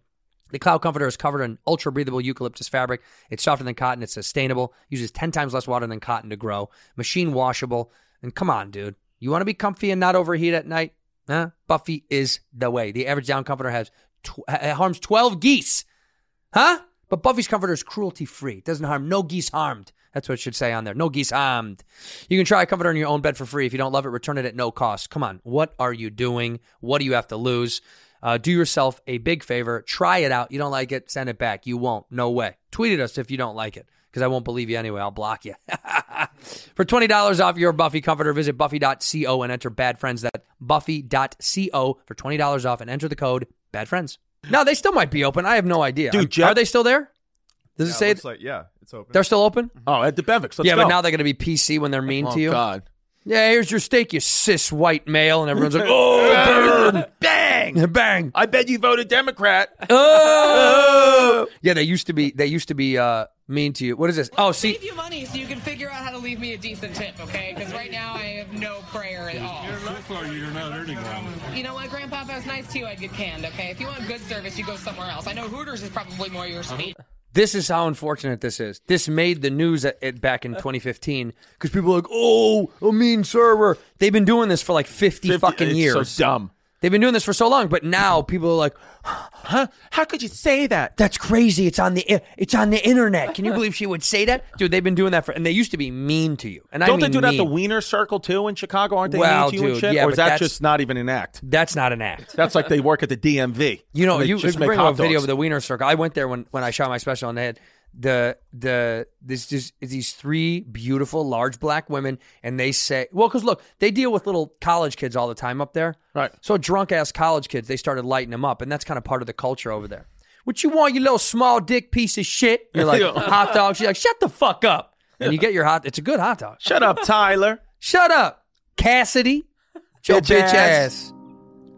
Speaker 1: The cloud comforter is covered in ultra breathable eucalyptus fabric. It's softer than cotton. It's sustainable. Uses 10 times less water than cotton to grow. Machine washable. And come on, dude. You want to be comfy and not overheat at night? Huh? Buffy is the way. The average down comforter has tw- ha- harms 12 geese. Huh? But Buffy's comforter is cruelty free. It doesn't harm. No geese harmed. That's what it should say on there. No geese harmed. You can try a comforter in your own bed for free. If you don't love it, return it at no cost. Come on. What are you doing? What do you have to lose? Uh, do yourself a big favor. Try it out. You don't like it, send it back. You won't. No way. Tweet at us if you don't like it because I won't believe you anyway. I'll block you. For $20 off your Buffy comforter, visit buffy.co and enter bad friends. That buffy.co for $20 off and enter the code bad friends. No, they still might be open. I have no idea.
Speaker 6: Dude,
Speaker 1: Are-
Speaker 6: Jeff-
Speaker 1: are they still there? Does
Speaker 15: Yeah,
Speaker 1: it say
Speaker 15: looks like- yeah, it's open.
Speaker 1: they're still open?
Speaker 6: Oh, at the Bevix. Let's
Speaker 1: yeah,
Speaker 6: go.
Speaker 1: but now they're going to be PC when they're mean
Speaker 6: Oh,
Speaker 1: to you.
Speaker 6: God.
Speaker 1: Yeah, here's your steak, you cis white male, and everyone's like, "Oh, burn, bang, bang."
Speaker 6: I bet you voted Democrat.
Speaker 1: Oh, yeah. They used to be. They used to be uh, mean to you. What is this? Oh, see,
Speaker 4: you money so you can figure out how to leave me a decent tip, okay? Because right now I have no prayer at all.
Speaker 16: You're not earning one.
Speaker 4: You know what, Grandpa? If I was nice to you, I'd get canned, okay? If you want good service, you go somewhere else. I know Hooters is probably more your
Speaker 16: Uh-huh.
Speaker 4: speed.
Speaker 1: this is how unfortunate this is. This made the news at, at- back in 2015 because people are like, "Oh, a mean server." They've been doing this for like 50, fucking
Speaker 6: it's
Speaker 1: years.
Speaker 6: so dumb.
Speaker 1: They've been doing this for so long, but now people are like, "Huh? How could you say that? That's crazy. It's on the i- it's on the internet. Can you believe she would say that, dude? They've been doing that for, and they used to be mean to you. And
Speaker 6: don't
Speaker 1: I mean
Speaker 6: they do that at the
Speaker 1: mean.
Speaker 6: Wiener Circle too in Chicago? Aren't they
Speaker 1: Well,
Speaker 6: mean to you and
Speaker 1: dude,
Speaker 6: shit?
Speaker 1: yeah,
Speaker 6: or is
Speaker 1: but
Speaker 6: that
Speaker 1: that's-
Speaker 6: just not even an act?
Speaker 1: That's not an act.
Speaker 6: That's like they work at the DMV.
Speaker 1: You know,
Speaker 6: They
Speaker 1: you
Speaker 6: just
Speaker 1: just
Speaker 6: make
Speaker 1: bring
Speaker 6: hot
Speaker 1: up a video
Speaker 6: dogs.
Speaker 1: of the Wiener Circle. I went there when, when I shot my special, and they had the the this just these three beautiful large black women, and they say, well, because look, they deal with little college kids all the time up there, right? So drunk ass college kids, they started lighting them up, and that's kind of part of the culture over there. What you want, you little small dick piece of shit? You're like
Speaker 6: Yeah.
Speaker 1: hot dogs. You're like, shut the fuck up, and you get your hot. It's a good hot dog.
Speaker 6: Shut up, Tyler.
Speaker 1: Shut up, Cassidy. Shut Your bitch ass.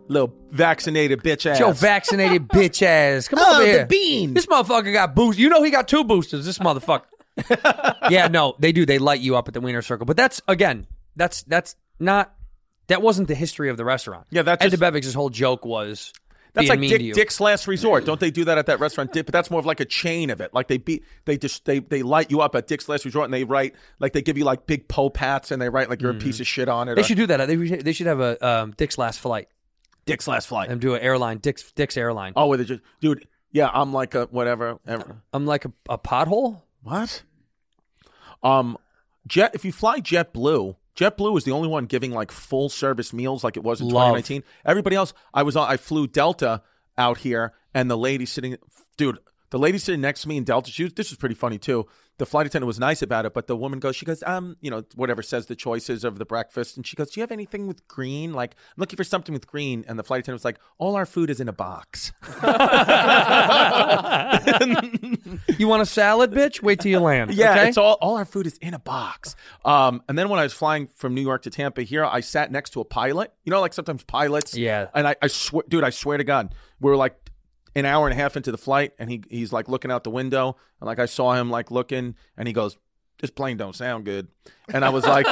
Speaker 6: Little vaccinated bitch ass.
Speaker 1: Yo, vaccinated bitch ass. Come
Speaker 6: Oh,
Speaker 1: over
Speaker 6: the
Speaker 1: here.
Speaker 6: bean.
Speaker 1: This motherfucker got boost. You know he got two boosters. This motherfucker. yeah, no, they do. They light you up at the Wiener Circle. But that's again, that's that's not. That wasn't the history of the restaurant. Yeah, that's Ed DeBevix's whole joke was being
Speaker 6: That's like
Speaker 1: mean to you.
Speaker 6: Dick, Dick's Last Resort. Don't they do that at that restaurant? Dick, but that's more of like a chain of it. Like they beat, they just they they light you up at Dick's Last Resort, and they write like they give you like big pope hats, and they write like you're a piece of shit on it.
Speaker 1: Mm-hmm. They
Speaker 6: or-
Speaker 1: should do that. They, they should have a um, Dick's Last Flight.
Speaker 6: Dick's Last Flight.
Speaker 1: And do an airline. Dick's Dick's airline.
Speaker 6: Oh, with it just dude. Yeah, I'm like a whatever. ever-
Speaker 1: I'm like a, a pothole.
Speaker 6: What? Um, jet. If you fly JetBlue, JetBlue is the only one giving like full service meals, like it was in
Speaker 1: Love.
Speaker 6: 2019. Everybody else, I was on. I flew Delta out here, and the lady sitting, dude, the lady sitting next to me in Delta, she was, this was pretty funny too. The flight attendant was nice about it, but the woman goes, she goes, um, you know, whatever says the choices of the breakfast, and she goes, do you have anything with green? Like, I'm looking for something with green, and the flight attendant was like, all our food is in a box.
Speaker 1: you want a salad, bitch? Wait till you land.
Speaker 6: Yeah,
Speaker 1: okay?
Speaker 6: it's all all our food is in a box. Um, and then when I was flying from New York to Tampa here, I sat next to a pilot. You know, like sometimes pilots.
Speaker 1: Yeah.
Speaker 6: And I, I swear, dude, I swear to God, we were like an hour and a half into the flight, and he he's like looking out the window, and like I saw him like looking, and he goes, "This plane don't sound good," and I was like,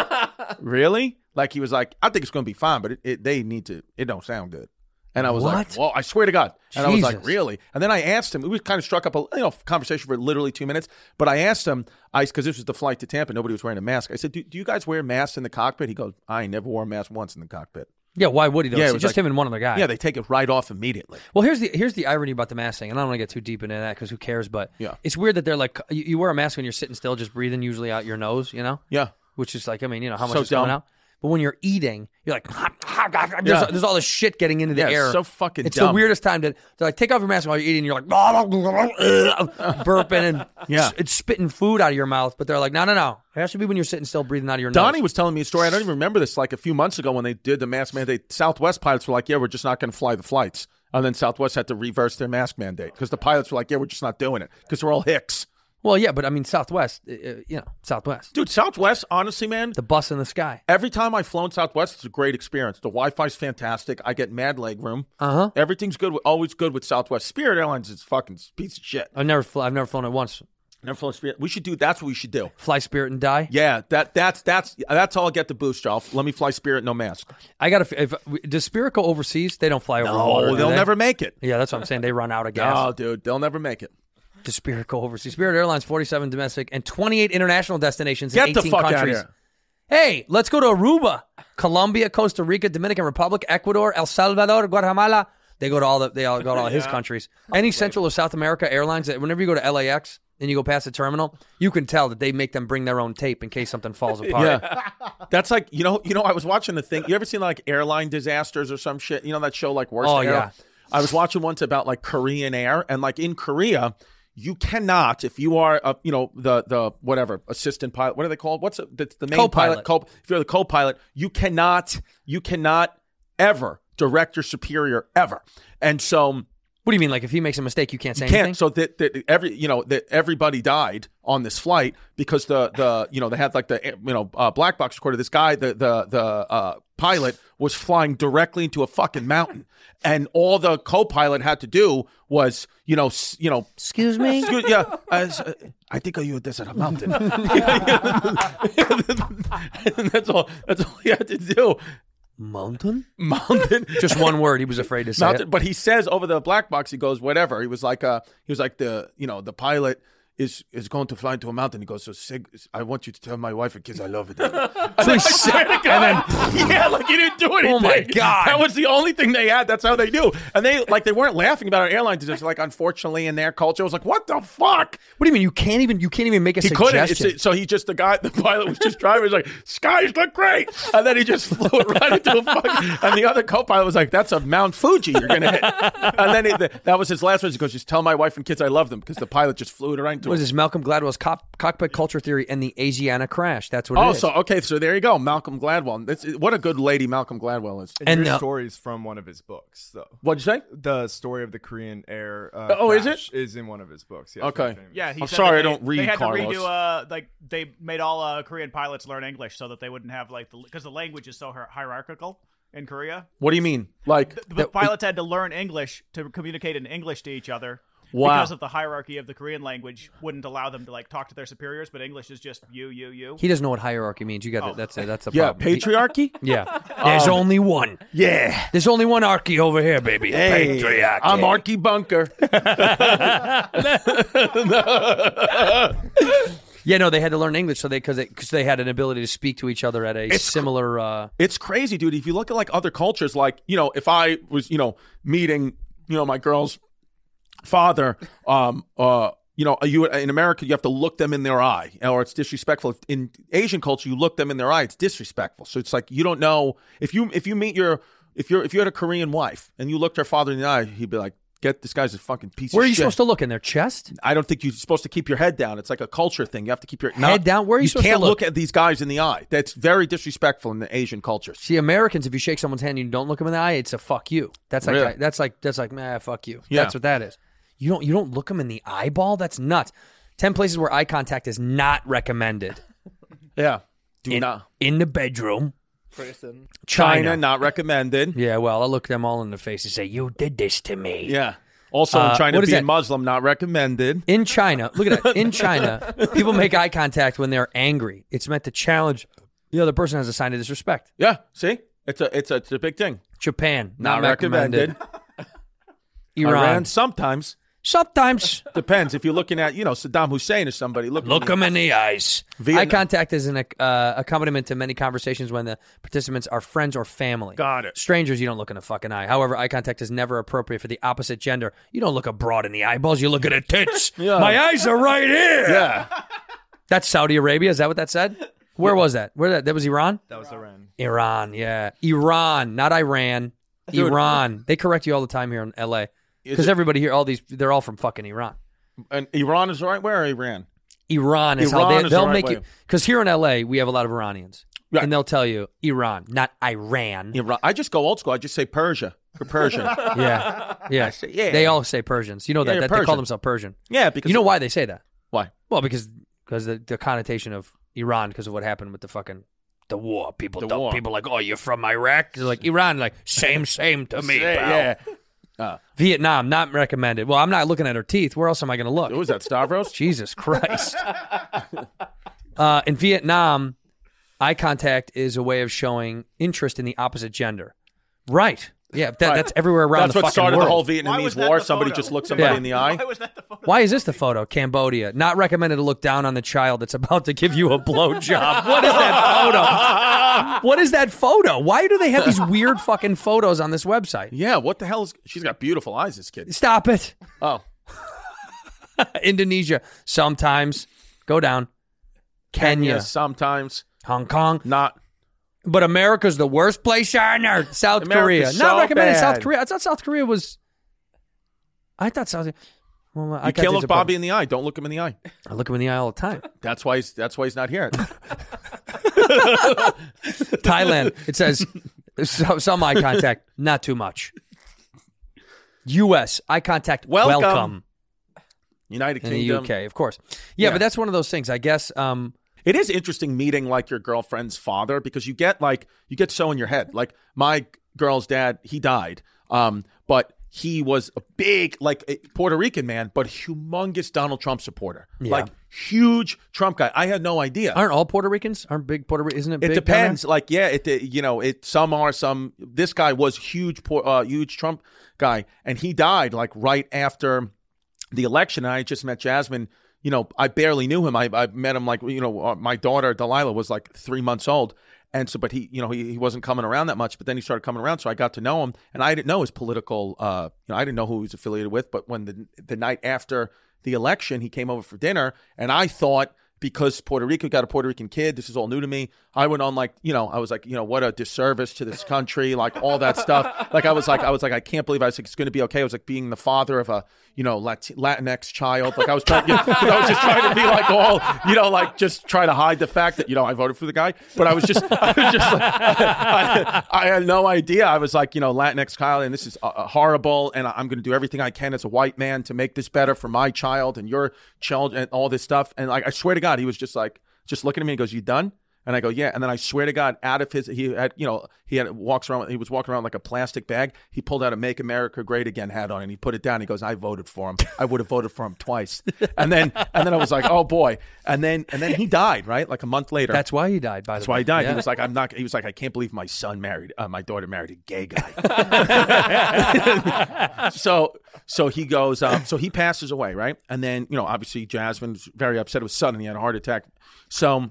Speaker 6: "Really?" Like he was like, "I think it's going to be fine, but it, it they need to. It don't sound good." And I was
Speaker 1: What?
Speaker 6: like, "Well, I swear to God." And I was like,
Speaker 1: Jesus.
Speaker 6: really? And then I asked him. We kind of struck up a you know conversation for literally two minutes. But I asked him, I because this was the flight to Tampa, nobody was wearing a mask. I said, do, do you guys wear masks in the cockpit? He goes, I ain't never wore a mask once in the cockpit.
Speaker 1: Yeah, why would he? Though?
Speaker 6: Yeah, it
Speaker 1: It's
Speaker 6: was
Speaker 1: just
Speaker 6: like-
Speaker 1: him and one other guy.
Speaker 6: Yeah, they take it right off immediately.
Speaker 1: Well, here's the here's the irony about the mask thing, and I don't want to get too deep into that because who cares? But yeah. it's weird that they're like you, you wear a mask when you're sitting still, just breathing usually out your nose, you know?
Speaker 6: Yeah,
Speaker 1: which is like I mean, you know how much
Speaker 6: So
Speaker 1: is coming
Speaker 6: dumb.
Speaker 1: out. But when you're eating, you're like, there's,
Speaker 12: Yeah.
Speaker 1: there's all this shit getting into the
Speaker 12: Yeah, it's
Speaker 1: air.
Speaker 12: so fucking
Speaker 1: It's the
Speaker 12: dumb.
Speaker 1: weirdest time to, to like take off your mask while you're eating. You're like burping and
Speaker 6: Yeah.
Speaker 1: s- it's spitting food out of your mouth. But they're like, no, no, no. It has to be when you're sitting still, breathing out of your
Speaker 6: Donnie
Speaker 1: nose.
Speaker 6: was telling me a story. I don't even remember this. Like a few months ago, when they did the mask mandate, Southwest pilots were like, "Yeah, we're just not going to fly the flights." And then Southwest had to reverse their mask mandate because the pilots were like, "Yeah, we're just not doing it because we're all hicks."
Speaker 1: Well, yeah, but I mean, Southwest, uh, you know, Southwest,
Speaker 6: dude. Southwest, honestly, man,
Speaker 1: the bus in the sky.
Speaker 6: Every time I've flown Southwest, it's a great experience. The Wi-Fi's fantastic. I get mad leg room.
Speaker 1: Uh huh.
Speaker 6: Everything's good. with- Always good with Southwest. Spirit Airlines is fucking piece of shit.
Speaker 1: I've never, fl- I've never flown it once.
Speaker 6: Never flown Spirit. We should do. That's what we should do.
Speaker 1: Fly Spirit and die.
Speaker 6: Yeah, that that's that's that's all. I get the booster. I'll, let me fly Spirit, no mask.
Speaker 1: I got to. If does Spirit go overseas? They don't fly over
Speaker 6: No,
Speaker 1: water. do
Speaker 6: they'll
Speaker 1: Oh, they?
Speaker 6: never make it.
Speaker 1: Yeah, that's what I'm saying. They run out of gas.
Speaker 6: No, dude, they'll never make it.
Speaker 1: Does Spirit go overseas? Spirit Airlines, 47 domestic and 28 international destinations
Speaker 6: Get
Speaker 1: in
Speaker 6: the
Speaker 1: 18
Speaker 6: fuck outta
Speaker 1: countries.
Speaker 6: here.
Speaker 1: Hey, let's go to Aruba, Colombia, Costa Rica, Dominican Republic, Ecuador, El Salvador, Guatemala. They go to all the they all go to all his
Speaker 12: Yeah.
Speaker 1: countries. Any Central or South America airlines that whenever you go to LAX and you go past the terminal, you can tell that they make them bring their own tape in case something falls apart.
Speaker 6: Yeah. That's like you know you know I was watching the thing. You ever seen like airline disasters or some shit? You know that show like worst.
Speaker 1: Oh,
Speaker 6: Air-
Speaker 1: yeah.
Speaker 6: I was watching once about like Korean Air and like in Korea, you cannot if you are a, you know the the whatever assistant pilot. What are they called? What's the, the, the main
Speaker 1: Co-pilot.
Speaker 6: pilot? Co- if you're the co-pilot, you cannot you cannot ever direct your superior ever. And so.
Speaker 1: What do you mean? Like if he makes a mistake, you can't say
Speaker 6: you can't.
Speaker 1: anything?
Speaker 6: So that, that every you know that everybody died on this flight because the the you know they had like the you know uh, black box recorder. This guy, the the the uh, pilot, was flying directly into a fucking mountain, and all the co-pilot had to do was you know s- you know
Speaker 12: Excuse me?
Speaker 6: Excuse- yeah, uh, s- uh, I think I you this at a mountain. and that's all. That's all he had to do.
Speaker 1: Mountain?
Speaker 6: Mountain.
Speaker 1: Just one word. He was afraid to say.
Speaker 6: Mountain-
Speaker 1: it.
Speaker 6: but he says over the black box, he goes, whatever. He was like, uh, he was like the, you know, the pilot is is going to fly into a mountain. He goes, so Sig, I want you to tell my wife and kids I love it.
Speaker 12: So he
Speaker 6: I swear
Speaker 12: said-
Speaker 6: to God. yeah, like he didn't do anything.
Speaker 12: Oh, my God.
Speaker 6: that was the only thing they had. That's how they knew. And they like they weren't laughing about our airlines. It's just like unfortunately in their culture, it was like, what the fuck?
Speaker 1: What do you mean you can't even you can't even make a
Speaker 6: he couldn't.
Speaker 1: suggestion?
Speaker 6: It's, so he just the guy, the pilot was just driving. He's like, "Skies look great," and then he just flew it right into a fucking. And the other co-pilot was like, "That's a Mount Fuji you're gonna hit." And then he, that was his last words. He goes, "Just tell my wife and kids I love them," because the pilot just flew it right into.
Speaker 1: What is
Speaker 6: a-
Speaker 1: this? Malcolm Gladwell's cop, cockpit culture theory and the Asiana crash. That's what. it
Speaker 6: oh,
Speaker 1: is.
Speaker 6: so okay, so there you go, Malcolm Gladwell. That's, what a good lady Malcolm Gladwell is.
Speaker 17: And,
Speaker 1: uh,
Speaker 17: your stories from one of his books, though.
Speaker 6: What'd you say?
Speaker 17: The story of the Korean Air. Uh,
Speaker 6: Oh, is
Speaker 17: crash Is in one of his books. Yeah, it's
Speaker 6: Okay.
Speaker 17: very famous.
Speaker 7: Yeah, he
Speaker 6: I'm
Speaker 7: said
Speaker 6: sorry,
Speaker 7: that
Speaker 6: I
Speaker 7: they-
Speaker 6: don't read
Speaker 7: They had
Speaker 6: Carlos.
Speaker 7: to redo, uh, like they made all uh, Korean pilots learn English so that they wouldn't have like the because the language is so hier- hierarchical in Korea.
Speaker 6: What do you mean? Like
Speaker 7: The pilots had to learn English to communicate in English to each other.
Speaker 6: Wow.
Speaker 7: Because of the hierarchy of the Korean language, wouldn't allow them to like talk to their superiors, but English is just you, you, you.
Speaker 1: he doesn't know what hierarchy means. You got it. That's it. That's the
Speaker 6: Oh. Yeah,
Speaker 1: problem. He-
Speaker 6: patriarchy?
Speaker 1: yeah, there's
Speaker 6: Um,
Speaker 1: only one.
Speaker 6: Yeah.
Speaker 1: there's only one archy over here, baby.
Speaker 6: Hey,
Speaker 1: patriarchy.
Speaker 6: I'm Arky Bunker.
Speaker 1: Yeah, no, they had to learn English so they because they, 'cause they had an ability to speak to each other at a similar. Uh,
Speaker 6: It's crazy, dude. If you look at like other cultures, like you know, if I was you know meeting you know my girl's father, um, uh, you know, you in America you have to look them in their eye, or it's disrespectful. In Asian culture, you look them in their eye, it's disrespectful. So it's like you don't know if you if you meet your if you're if you had a Korean wife and you looked her father in the eye, he'd be like, "Get this guy's a fucking piece
Speaker 1: where
Speaker 6: of
Speaker 1: are you
Speaker 6: shit."
Speaker 1: supposed to look in their chest?
Speaker 6: I don't think you're supposed to keep your head down. It's like a culture thing. You have to keep your head
Speaker 1: down? Where are you supposed to
Speaker 6: can't
Speaker 1: look?
Speaker 6: look at these guys in the eye. That's very disrespectful in the Asian culture.
Speaker 1: See, Americans, if you shake someone's hand and you don't look them in the eye, it's a fuck you. That's like
Speaker 6: Really?
Speaker 1: that's like that's like nah, fuck you.
Speaker 6: Yeah.
Speaker 1: That's what that is. You don't you don't look them in the eyeball. That's nuts. Ten places where eye contact is not recommended.
Speaker 6: Yeah. Do
Speaker 1: in,
Speaker 6: not
Speaker 1: in the bedroom.
Speaker 11: Prison.
Speaker 6: China, not recommended.
Speaker 1: Yeah, well, I look them all in the face and say, "You did this to me."
Speaker 6: Yeah. Also,
Speaker 1: Uh,
Speaker 6: in China,
Speaker 1: what is
Speaker 6: being
Speaker 1: that?
Speaker 6: Muslim, not recommended.
Speaker 1: In China, look at that. In China, people make eye contact when they're angry. It's meant to challenge the other person as a sign of disrespect.
Speaker 6: Yeah. See, it's a it's a, it's a big thing.
Speaker 1: Japan,
Speaker 6: Not
Speaker 1: not, recommended. Iran.
Speaker 6: Iran sometimes.
Speaker 1: Sometimes
Speaker 6: depends if you're looking at you know Saddam Hussein or somebody. Look
Speaker 1: Look them in the eyes. Eye
Speaker 6: Vietnam.
Speaker 1: contact is an uh, accompaniment to many conversations when the participants are friends or family. Got it. Strangers, you don't look in the fucking eye. However, eye contact is never appropriate for the opposite gender. You don't look abroad in the eyeballs. You look at her tits.
Speaker 12: Yeah.
Speaker 1: My eyes are right here.
Speaker 12: Yeah.
Speaker 1: That's Saudi Arabia. Is that what that said? Where was that? Where that? That was Iran.
Speaker 17: That was Iran.
Speaker 1: Iran, yeah, Iran, not Iran.
Speaker 17: Dude.
Speaker 1: Iran. They correct you all the time here in L.A. because everybody here, all these, they're all from fucking Iran.
Speaker 6: And Iran is the right way or Iran?
Speaker 1: Iran is how
Speaker 6: Iran
Speaker 1: they,
Speaker 6: is the
Speaker 1: they'll
Speaker 6: right
Speaker 1: make
Speaker 6: way.
Speaker 1: it. Because here in LA, we have a lot of Iranians. And they'll tell you Iran, not Iran.
Speaker 6: Iran. I just go old school. I just say Persia. Or Persian.
Speaker 1: yeah. Yeah.
Speaker 6: I say, yeah.
Speaker 1: They all say Persians. You know
Speaker 6: Yeah,
Speaker 1: that,
Speaker 6: you're
Speaker 1: that they call
Speaker 6: Persian.
Speaker 1: themselves Persian.
Speaker 6: Yeah, because-
Speaker 1: You know why they say that?
Speaker 6: Why?
Speaker 1: Well, because because the, the connotation of Iran because of what happened with the fucking the war. People
Speaker 4: The
Speaker 1: don't
Speaker 4: war.
Speaker 1: people like, "Oh, you're from Iraq?" They're like, "Iran like same same to me."
Speaker 4: Say-
Speaker 1: pal."
Speaker 4: yeah.
Speaker 1: Vietnam not recommended. Well, I'm not looking at her teeth. Where else am I going to look? Who
Speaker 6: was that Stavros?
Speaker 1: Jesus Christ. Uh, in Vietnam, eye contact is a way of showing interest in the opposite gender. Right. Yeah, that, that's everywhere around
Speaker 6: That's
Speaker 1: the
Speaker 6: what
Speaker 1: fucking
Speaker 6: started
Speaker 1: world.
Speaker 6: the whole Vietnamese war. Somebody just looked somebody
Speaker 1: Yeah.
Speaker 6: in the eye.
Speaker 1: Why is this the photo? Cambodia. Not recommended to look down on the child that's about to give you a blowjob. What is that photo? What is that photo? Why do they have these weird fucking photos on this website?
Speaker 6: Yeah, what the hell is she's got beautiful eyes, this kid.
Speaker 1: Stop it.
Speaker 6: Oh.
Speaker 1: Indonesia. Sometimes. Go down. Kenya.
Speaker 6: Kenya, sometimes.
Speaker 1: Hong Kong.
Speaker 6: Not.
Speaker 1: But America's the worst place on earth. South Korea.
Speaker 6: America's
Speaker 1: Not
Speaker 6: so
Speaker 1: recommended South
Speaker 6: bad.
Speaker 1: Korea. I thought South Korea was. I thought South. Well, uh, I
Speaker 6: You
Speaker 1: got
Speaker 6: can't look
Speaker 1: disappointed.
Speaker 6: Bobby in the eye. Don't look him in the eye.
Speaker 1: I look him in the eye all the time.
Speaker 6: That's why he's that's why he's not here.
Speaker 1: Thailand. It says so- some eye contact, not too much. U.S. eye contact.
Speaker 6: Welcome.
Speaker 1: Welcome.
Speaker 6: United
Speaker 1: In the
Speaker 6: Kingdom.
Speaker 1: UK, of course. Yeah, but that's one of those things. I guess um,
Speaker 6: it is interesting meeting like your girlfriend's father because you get like you get so in your head. Like my girl's dad, he died, um, but he was a big like a Puerto Rican man, but humongous Donald Trump supporter,
Speaker 1: Yeah.
Speaker 6: like huge Trump guy. I had no idea.
Speaker 1: Aren't all Puerto Ricans? Aren't big Puerto Ricans? Isn't it?
Speaker 6: It
Speaker 1: big down there?
Speaker 6: depends. Like, yeah, it you know, it some are some. This guy was huge, por- uh, huge Trump guy, and he died like right after the election. And I just met Jasmine. You know, I barely knew him. I, I met him like you know, uh, my daughter Delilah was like three months old, and so but he you know he, he wasn't coming around that much. But then he started coming around, so I got to know him, and I didn't know his political. Uh, you know, I didn't know who he was affiliated with. But when the the night after the election, he came over for dinner, and I thought because Puerto Rico got a Puerto Rican kid. This is all new to me. I went on like, you know, I was like, you know, what a disservice to this country, like all that stuff. Like I was like, I was like, I can't believe I was like, it's going to be okay. I was like being the father of a, you know, Lat- Latinx child. Like I was trying, you know, I was just trying to be like all, you know, like just try to hide the fact that you know I voted for the guy. But I was just, I was just like, I, I had no idea. I was like, you know, Latinx Kyle, and this is uh, uh, horrible, and I- I'm going to do everything I can as a white man to make this better for my child and your child and all this stuff. And like, I swear to God, he was just like, just looking at me and goes, "You done?" And I go, "Yeah." And then I swear to God, out of his, he had, you know, he had walks around. He was walking around like a plastic bag. He pulled out a "Make America Great Again" hat on, and he put it down. He goes, "I voted for him. I would have voted for him twice." And then, and then I was like, "Oh boy." And then, and then he died, right? Like a month later.
Speaker 1: That's why he died. By
Speaker 6: That's
Speaker 1: the way,
Speaker 6: why he died.
Speaker 1: Yeah.
Speaker 6: He was like, I'm not. He was like, I can't believe my son married, uh, my daughter married a gay guy. so, so he goes, um, so he passes away, right? And then, you know, obviously Jasmine's very upset. It was sudden. He had a heart attack. So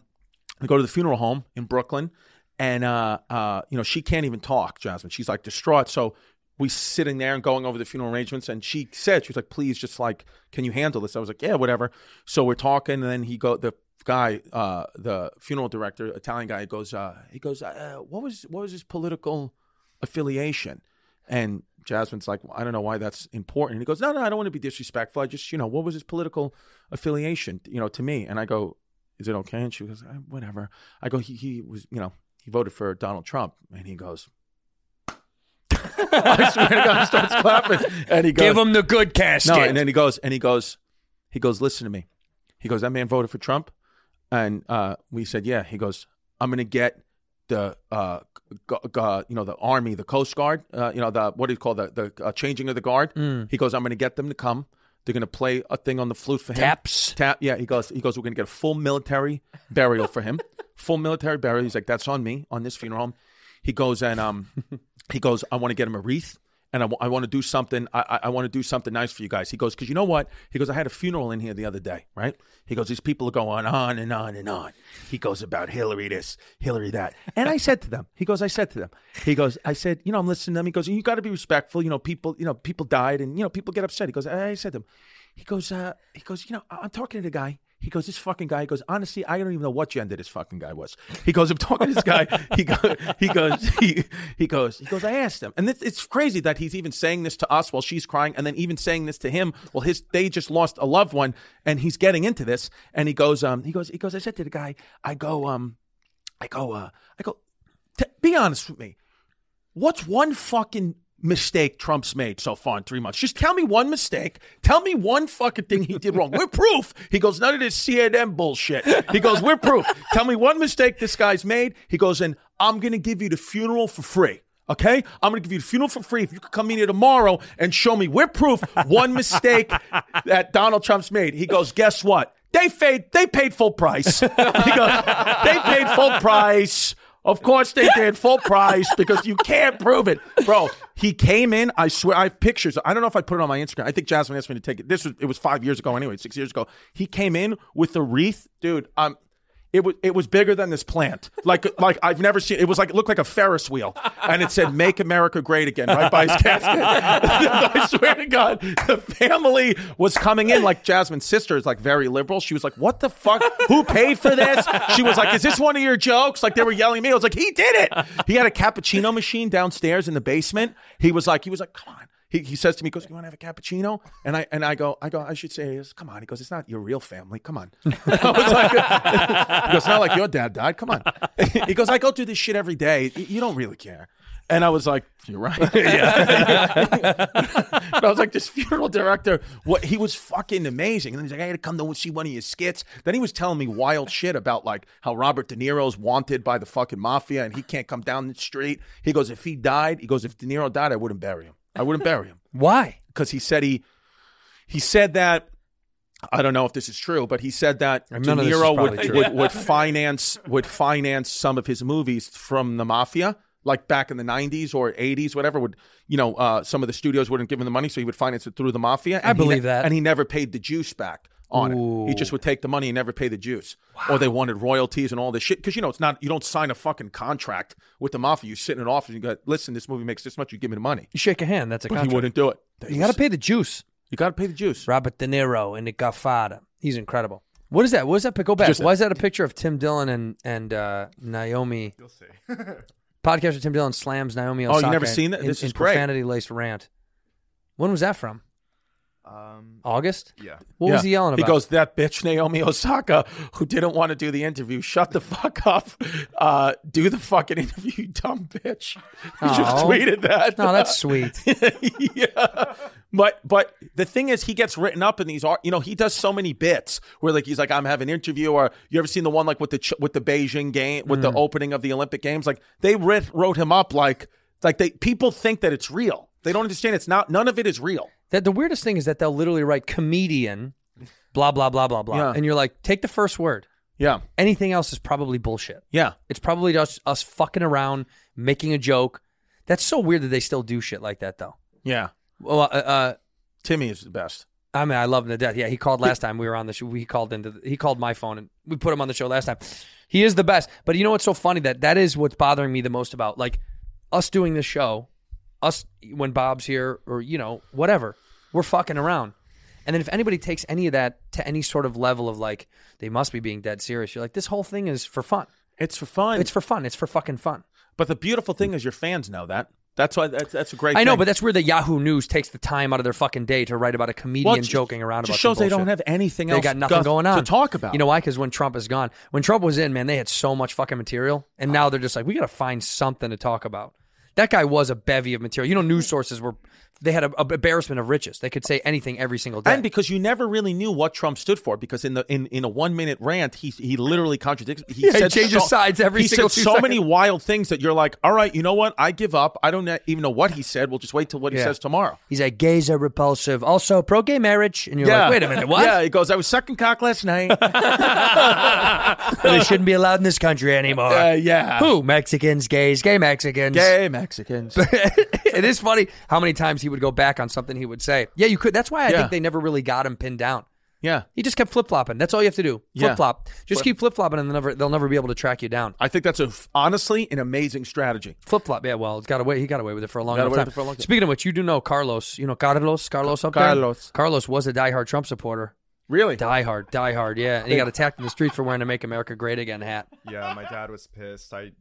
Speaker 6: I go to the funeral home in Brooklyn, and uh, uh, you know, she can't even talk. Jasmine, she's like distraught. So we sitting there and going over the funeral arrangements and she said she was like please just like can you handle this i was like yeah whatever so we're talking and then he go the guy uh the funeral director italian guy goes uh he goes uh, what was what was his political affiliation and jasmine's like well, i don't know why that's important and he goes no no i don't want to be disrespectful i just you know what was his political affiliation you know to me and i go is it okay and she goes "Uh, whatever i go he, he was you know he voted for donald trump and he goes I swear to God, he starts clapping. And he goes,
Speaker 1: Give him the good casket.
Speaker 6: No, and then he goes, and he goes, he goes, listen to me. He goes, that man voted for Trump. And uh, we said, yeah. He goes, I'm going to get the, uh, g- g- uh, you know, the army, the Coast Guard, uh, you know, the, what do you call the, the uh, changing of the guard?
Speaker 1: Mm.
Speaker 6: He goes, I'm going to get them to come. They're going to play a thing on the flute for him.
Speaker 1: Taps.
Speaker 6: Tap. Yeah. He goes, he goes, we're going to get a full military burial for him. Full military burial. He's like, that's on me, on this funeral home. He goes and um, he goes, I want to get him a wreath, and I want to do something. I, I, I want to do something nice for you guys. He goes, because you know what? He goes, I had a funeral in here the other day, right? He goes, these people are going on and on and on. He goes about Hillary this, Hillary that, and I said to them, he goes, I said to them, he goes, I said, you know, I'm listening to them. He goes, you got to be respectful. You know, people, you know, people died, and you know, people get upset. He goes, I I said to them, he goes, uh, he goes, you know, I- I'm talking to the guy. He goes, this fucking guy. He goes, honestly, I don't even know what gender this fucking guy was. He goes, I'm talking to this guy. He goes, he goes, he, he goes, he goes. I asked him, and it's, it's crazy that he's even saying this to us while she's crying, and then even saying this to him. Well, his they just lost a loved one, and he's getting into this. And he goes, um, he goes, he goes. I said to the guy, I go, um, I go, uh, I go. T- be honest with me. What's one fucking mistake Trump's made so far in three months? Just tell me one mistake. Tell me one fucking thing he did wrong. We're proof. He goes, none of this CNN bullshit. He goes, we're proof. Tell me one mistake this guy's made. He goes, and I'm going to give you the funeral for free. Okay, I'm gonna give you the funeral for free if you could come in here tomorrow and show me we're proof one mistake that Donald Trump's made. He goes, guess what? They paid. They paid full price. he goes, they paid full price. Of course they did full price because you can't prove it, bro. He came in. I swear, I have pictures. I don't know if I put it on my Instagram. I think Jasmine asked me to take it. This was it was five years ago anyway, six years ago. He came in with a wreath, dude. Um, it was it was bigger than this plant. Like like I've never seen. It was like it looked like a Ferris wheel, and it said "Make America Great Again" right by his casket. I swear to God, the family was coming in like Jasmine's sister is like very liberal. She was like, "What the fuck? Who paid for this?" She was like, "Is this one of your jokes?" Like they were yelling at me. I was like, "He did it." He had a cappuccino machine downstairs in the basement. He was like, he was like, "Come on." he, he says to me, he goes, "You want to have a cappuccino?" And I and I go, I go, I should say, yes. come on. He goes, "It's not your real family. Come on." I was like, he goes, "Not like your dad died. Come on." he goes, "I go through this shit every day. You- You don't really care." And I was like, "You're right." Yeah. but I was like, "This funeral director, what he was fucking amazing." And then he's like, "I had to come to see one of your skits." Then he was telling me wild shit about like how Robert De Niro's wanted by the fucking mafia and he can't come down the street. He goes, "If he died, he goes, if De Niro died, I wouldn't bury him." I wouldn't bury him.
Speaker 1: Why?
Speaker 6: Because he said he he said that I don't know if this is true, but he said that De
Speaker 1: none of this is
Speaker 6: Niro
Speaker 1: probably
Speaker 6: would,
Speaker 1: true.
Speaker 6: would would finance would finance some of his movies from the mafia, like back in the '90s or '80s, whatever. Would you know? Uh, some of the studios wouldn't give him the money, so he would finance it through the mafia.
Speaker 18: I
Speaker 6: and he ne-
Speaker 18: believe that.
Speaker 6: and he never paid the juice back on it. He
Speaker 18: Ooh.
Speaker 6: just would take the money and never pay the juice, or they wanted royalties and all this shit. Because you know, it's not you don't sign a fucking contract with the mafia. You sit in an office and you go, "Listen, this movie makes this much. You give me the money."
Speaker 1: You shake a hand. That's a
Speaker 6: But he
Speaker 1: contract.
Speaker 6: wouldn't do it.
Speaker 1: You got to pay the juice.
Speaker 6: You got to pay the juice.
Speaker 1: Robert De Niro in The Godfather. He's incredible. What is that? What is that? pic- Go back.
Speaker 18: Just-
Speaker 1: Why is that a picture of Tim Dillon and and uh, Naomi? You'll see. Podcaster Tim Dillon slams Naomi.
Speaker 6: Oh, you
Speaker 1: Osaka
Speaker 6: never seen that?
Speaker 1: in-
Speaker 6: This
Speaker 1: in
Speaker 6: is great.
Speaker 1: Profanity laced rant. When was that from?
Speaker 19: Um,
Speaker 1: August.
Speaker 19: yeah.
Speaker 1: What was
Speaker 6: Yeah.
Speaker 1: he yelling about?
Speaker 6: He goes, "That bitch Naomi Osaka, who didn't want to do the interview, shut the fuck up. Uh, do the fucking interview, you dumb bitch." He just
Speaker 1: Aw.
Speaker 6: tweeted that.
Speaker 1: Oh. No, that's sweet.
Speaker 6: yeah. But but the thing is, he gets written up in these art. You know, he does so many bits where like he's like, "I'm having an interview," or you ever seen the one like with the Ch- with the Beijing game with the
Speaker 1: Mm.
Speaker 6: opening of the Olympic Games? Like they writ- wrote him up like like they people think that it's real. They don't understand it's not. None of it is real.
Speaker 1: That the weirdest thing is that they'll literally write comedian, blah blah blah blah blah,
Speaker 6: Yeah.
Speaker 1: and you're like, take the first word.
Speaker 6: Yeah.
Speaker 1: Anything else is probably bullshit.
Speaker 6: Yeah.
Speaker 1: It's probably just us fucking around, making a joke. That's so weird that they still do shit like that though.
Speaker 6: Yeah.
Speaker 1: Well, uh, uh,
Speaker 6: Timmy is the best.
Speaker 1: I mean, I love him to death. Yeah, he called last time we were on the show. He called into the, he called my phone and we put him on the show last time. He is the best. But you know what's so funny that that is what's bothering me the most about like us doing this show, us when Bob's here or you know whatever, we're fucking around. And then if anybody takes any of that to any sort of level of like they must be being dead serious, you're like this whole thing is for fun.
Speaker 6: It's for fun.
Speaker 1: It's for fun. It's for fucking fun.
Speaker 6: But the beautiful thing is your fans know that. That's why that's, that's a great.
Speaker 1: I know,
Speaker 6: thing.
Speaker 1: but that's weird that Yahoo News takes the time out of their fucking day to write about a comedian
Speaker 6: Well, it ju-
Speaker 1: joking around
Speaker 6: just
Speaker 1: about.
Speaker 6: shows
Speaker 1: some
Speaker 6: they don't
Speaker 1: bullshit.
Speaker 6: have anything
Speaker 1: They
Speaker 6: else
Speaker 1: got nothing
Speaker 6: to-
Speaker 1: going
Speaker 6: to
Speaker 1: on
Speaker 6: talk about.
Speaker 1: You know why? Because when Trump is gone, when Trump was in, man, they had so much fucking material, and now they're just like, we got to find something to talk about. That guy was a bevy of material. You know, news sources were they had a, a embarrassment of riches. They could say anything every single day.
Speaker 6: And because you never really knew what Trump stood for, because in the in, in a one minute rant, he he literally contradicts. He,
Speaker 1: Yeah, he
Speaker 6: said
Speaker 1: changes
Speaker 6: so-
Speaker 1: sides every
Speaker 6: He
Speaker 1: single
Speaker 6: said
Speaker 1: two
Speaker 6: so
Speaker 1: seconds.
Speaker 6: many wild things that you're like, all right, you know what? I give up. I don't even know what he said. We'll just wait till what he
Speaker 1: Yeah.
Speaker 6: says tomorrow.
Speaker 1: He's like, gays are repulsive. Also, pro gay marriage, and you're
Speaker 6: yeah.
Speaker 1: like, wait a minute, what?
Speaker 6: Yeah, he goes, I was sucking cock last night.
Speaker 1: they shouldn't be allowed in this country anymore.
Speaker 6: Uh, yeah.
Speaker 1: Who? Mexicans, gays, gay Mexicans.
Speaker 6: Gay Mexicans.
Speaker 1: it is funny how many times he would go back on something he would say. Yeah, you could. That's why I
Speaker 6: Yeah.
Speaker 1: think they never really got him pinned down.
Speaker 6: Yeah.
Speaker 1: He just kept flip flopping. That's all you have to do.
Speaker 6: Yeah.
Speaker 1: Flip flop. Just
Speaker 6: Flip-
Speaker 1: keep flip flopping, and they'll never they'll never be able to track you down.
Speaker 6: I think that's a honestly an amazing strategy.
Speaker 1: Flip flop. Yeah. Well, it's got away. He got away with it for a long
Speaker 6: Got
Speaker 1: enough
Speaker 6: away with
Speaker 1: time.
Speaker 6: it for a long time.
Speaker 1: Speaking of which, you do know Carlos. You know Carlos. Carlos up
Speaker 6: Carlos.
Speaker 1: there. Carlos was a diehard Trump supporter.
Speaker 6: Really?
Speaker 1: Die Hard, Die Hard. Yeah, and he got attacked in the streets for wearing a "Make America Great Again" hat.
Speaker 4: Yeah, my dad was pissed. I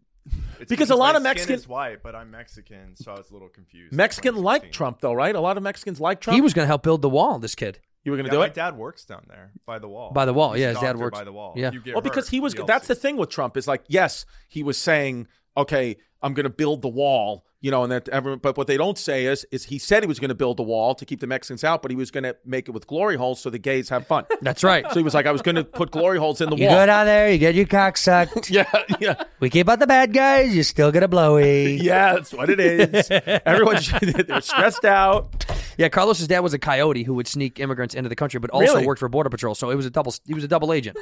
Speaker 4: it's
Speaker 6: Because a lot
Speaker 4: my
Speaker 6: of
Speaker 4: skin
Speaker 6: Mexican-
Speaker 4: is white, but I'm Mexican, so I was a little confused.
Speaker 6: Mexican like Trump though, right? A lot of Mexicans like Trump.
Speaker 1: He was going to help build the wall. This kid.
Speaker 6: You were going
Speaker 4: yeah,
Speaker 6: to do
Speaker 4: my
Speaker 6: it.
Speaker 4: dad works down there by the wall.
Speaker 1: By the wall,
Speaker 4: He's a
Speaker 1: yeah, his dad
Speaker 4: doctor
Speaker 1: works-
Speaker 4: by the wall.
Speaker 1: yeah.
Speaker 4: You get
Speaker 6: Well, because
Speaker 4: hurt,
Speaker 6: he was.
Speaker 4: he
Speaker 6: That's the thing with Trump is like, yes, he was saying, okay, I'm going to build the wall, you know, and that everyone. But what they don't say is, is he said he was going to build the wall to keep the Mexicans out, but he was going to make it with glory holes so the gays have fun.
Speaker 1: That's right.
Speaker 6: So he was like, I was going to put glory holes in the
Speaker 1: You
Speaker 6: wall.
Speaker 1: go down there, you get your cock sucked.
Speaker 6: yeah, yeah.
Speaker 1: We keep out the bad guys. You still get a blowy.
Speaker 6: yeah, that's what it is. Everyone's they're stressed out.
Speaker 1: Yeah, Carlos's dad was a coyote who would sneak immigrants into the country, but also
Speaker 6: Really?
Speaker 1: worked for Border Patrol. So it was a double. He was a double agent.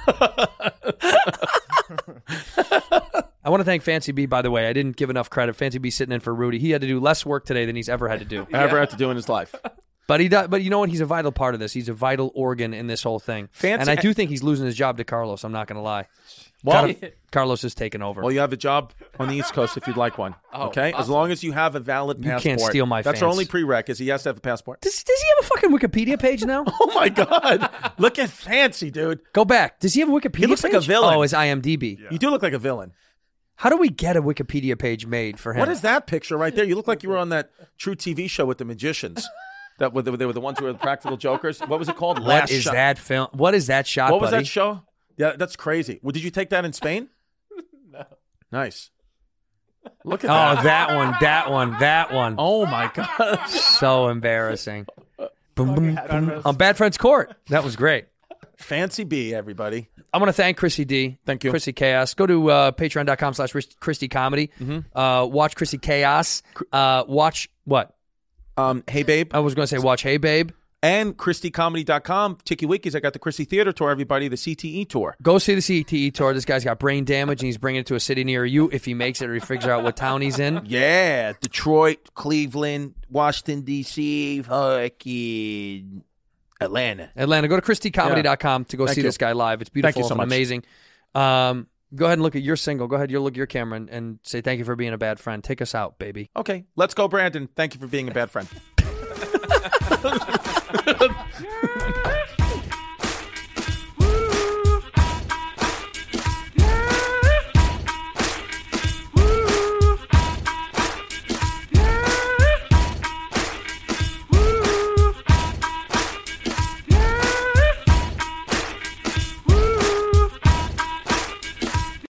Speaker 1: I want to thank Fancy B. By the way, I didn't give enough credit. Fancy B. sitting in for Rudy. He had to do less work today than he's ever had to do.
Speaker 6: Ever had to do in his life.
Speaker 1: But he does. But you know what? He's a vital part of this. He's a vital organ in this whole thing.
Speaker 6: Fancy-
Speaker 1: and I do think he's losing his job to Carlos. I'm not going to lie.
Speaker 6: Well-
Speaker 1: Car- Carlos is taking over.
Speaker 6: Well, you have a job on the East Coast if you'd like one.
Speaker 1: Oh,
Speaker 6: okay, as
Speaker 1: awesome.
Speaker 6: long as you have a valid
Speaker 1: You
Speaker 6: passport.
Speaker 1: can't steal my
Speaker 6: That's our
Speaker 1: fans.
Speaker 6: only prereq is he has to have a passport.
Speaker 1: does, does he have a fucking Wikipedia page now?
Speaker 6: oh my god, look at fancy dude.
Speaker 1: Go back. Does he have a Wikipedia?
Speaker 6: He looks like a
Speaker 1: page?
Speaker 6: villain.
Speaker 1: Oh, his IMDb.
Speaker 6: You do look like a villain.
Speaker 1: How do we get a Wikipedia page made for him?
Speaker 6: What is that picture right there? You look like you were on that True TV show with the magicians. That were, they were the ones who were the practical jokers. What was it called?
Speaker 1: What
Speaker 6: Last
Speaker 1: is
Speaker 6: Shot-
Speaker 1: that film? What is that shot?
Speaker 6: What was
Speaker 1: buddy?
Speaker 6: that show? Yeah, that's crazy. Well, did you take that in Spain? no. Nice. Look at that.
Speaker 1: Oh, that one, that one, that one.
Speaker 6: Oh my god,
Speaker 1: so embarrassing. Boom, boom, boom. On Bad Friends Court, that was great.
Speaker 6: Fancy B, everybody.
Speaker 1: I want to thank Chrissy D.
Speaker 6: Thank you.
Speaker 1: Chrissy Chaos. Go to uh, patreon.com slash Christy Comedy.
Speaker 6: Mm-hmm.
Speaker 1: Uh, watch Chrissy Chaos. Uh, watch what?
Speaker 6: Um, hey Babe.
Speaker 1: I was going to say watch Hey Babe.
Speaker 6: And ChristyComedy.com. Tiki Wikis. I got the Christy Theater Tour, everybody, the CTE Tour.
Speaker 1: Go see the CTE E tour. This guy's got brain damage and he's bringing it to a city near you if he makes it or he figures out what town he's in.
Speaker 6: Yeah, Detroit, Cleveland, Washington, D.C., fucking Atlanta.
Speaker 1: Atlanta. Go to ChristyComedy.com to go
Speaker 6: Thank
Speaker 1: see
Speaker 6: you.
Speaker 1: this guy live. It's
Speaker 6: Thank you
Speaker 1: beautiful
Speaker 6: so
Speaker 1: and
Speaker 6: much.
Speaker 1: amazing. Um, go ahead and look at your single. Go ahead, you look at your camera and, and say thank you for being a bad friend. Take us out, baby.
Speaker 6: Okay, let's go, Brandon. Thank you for being a bad friend.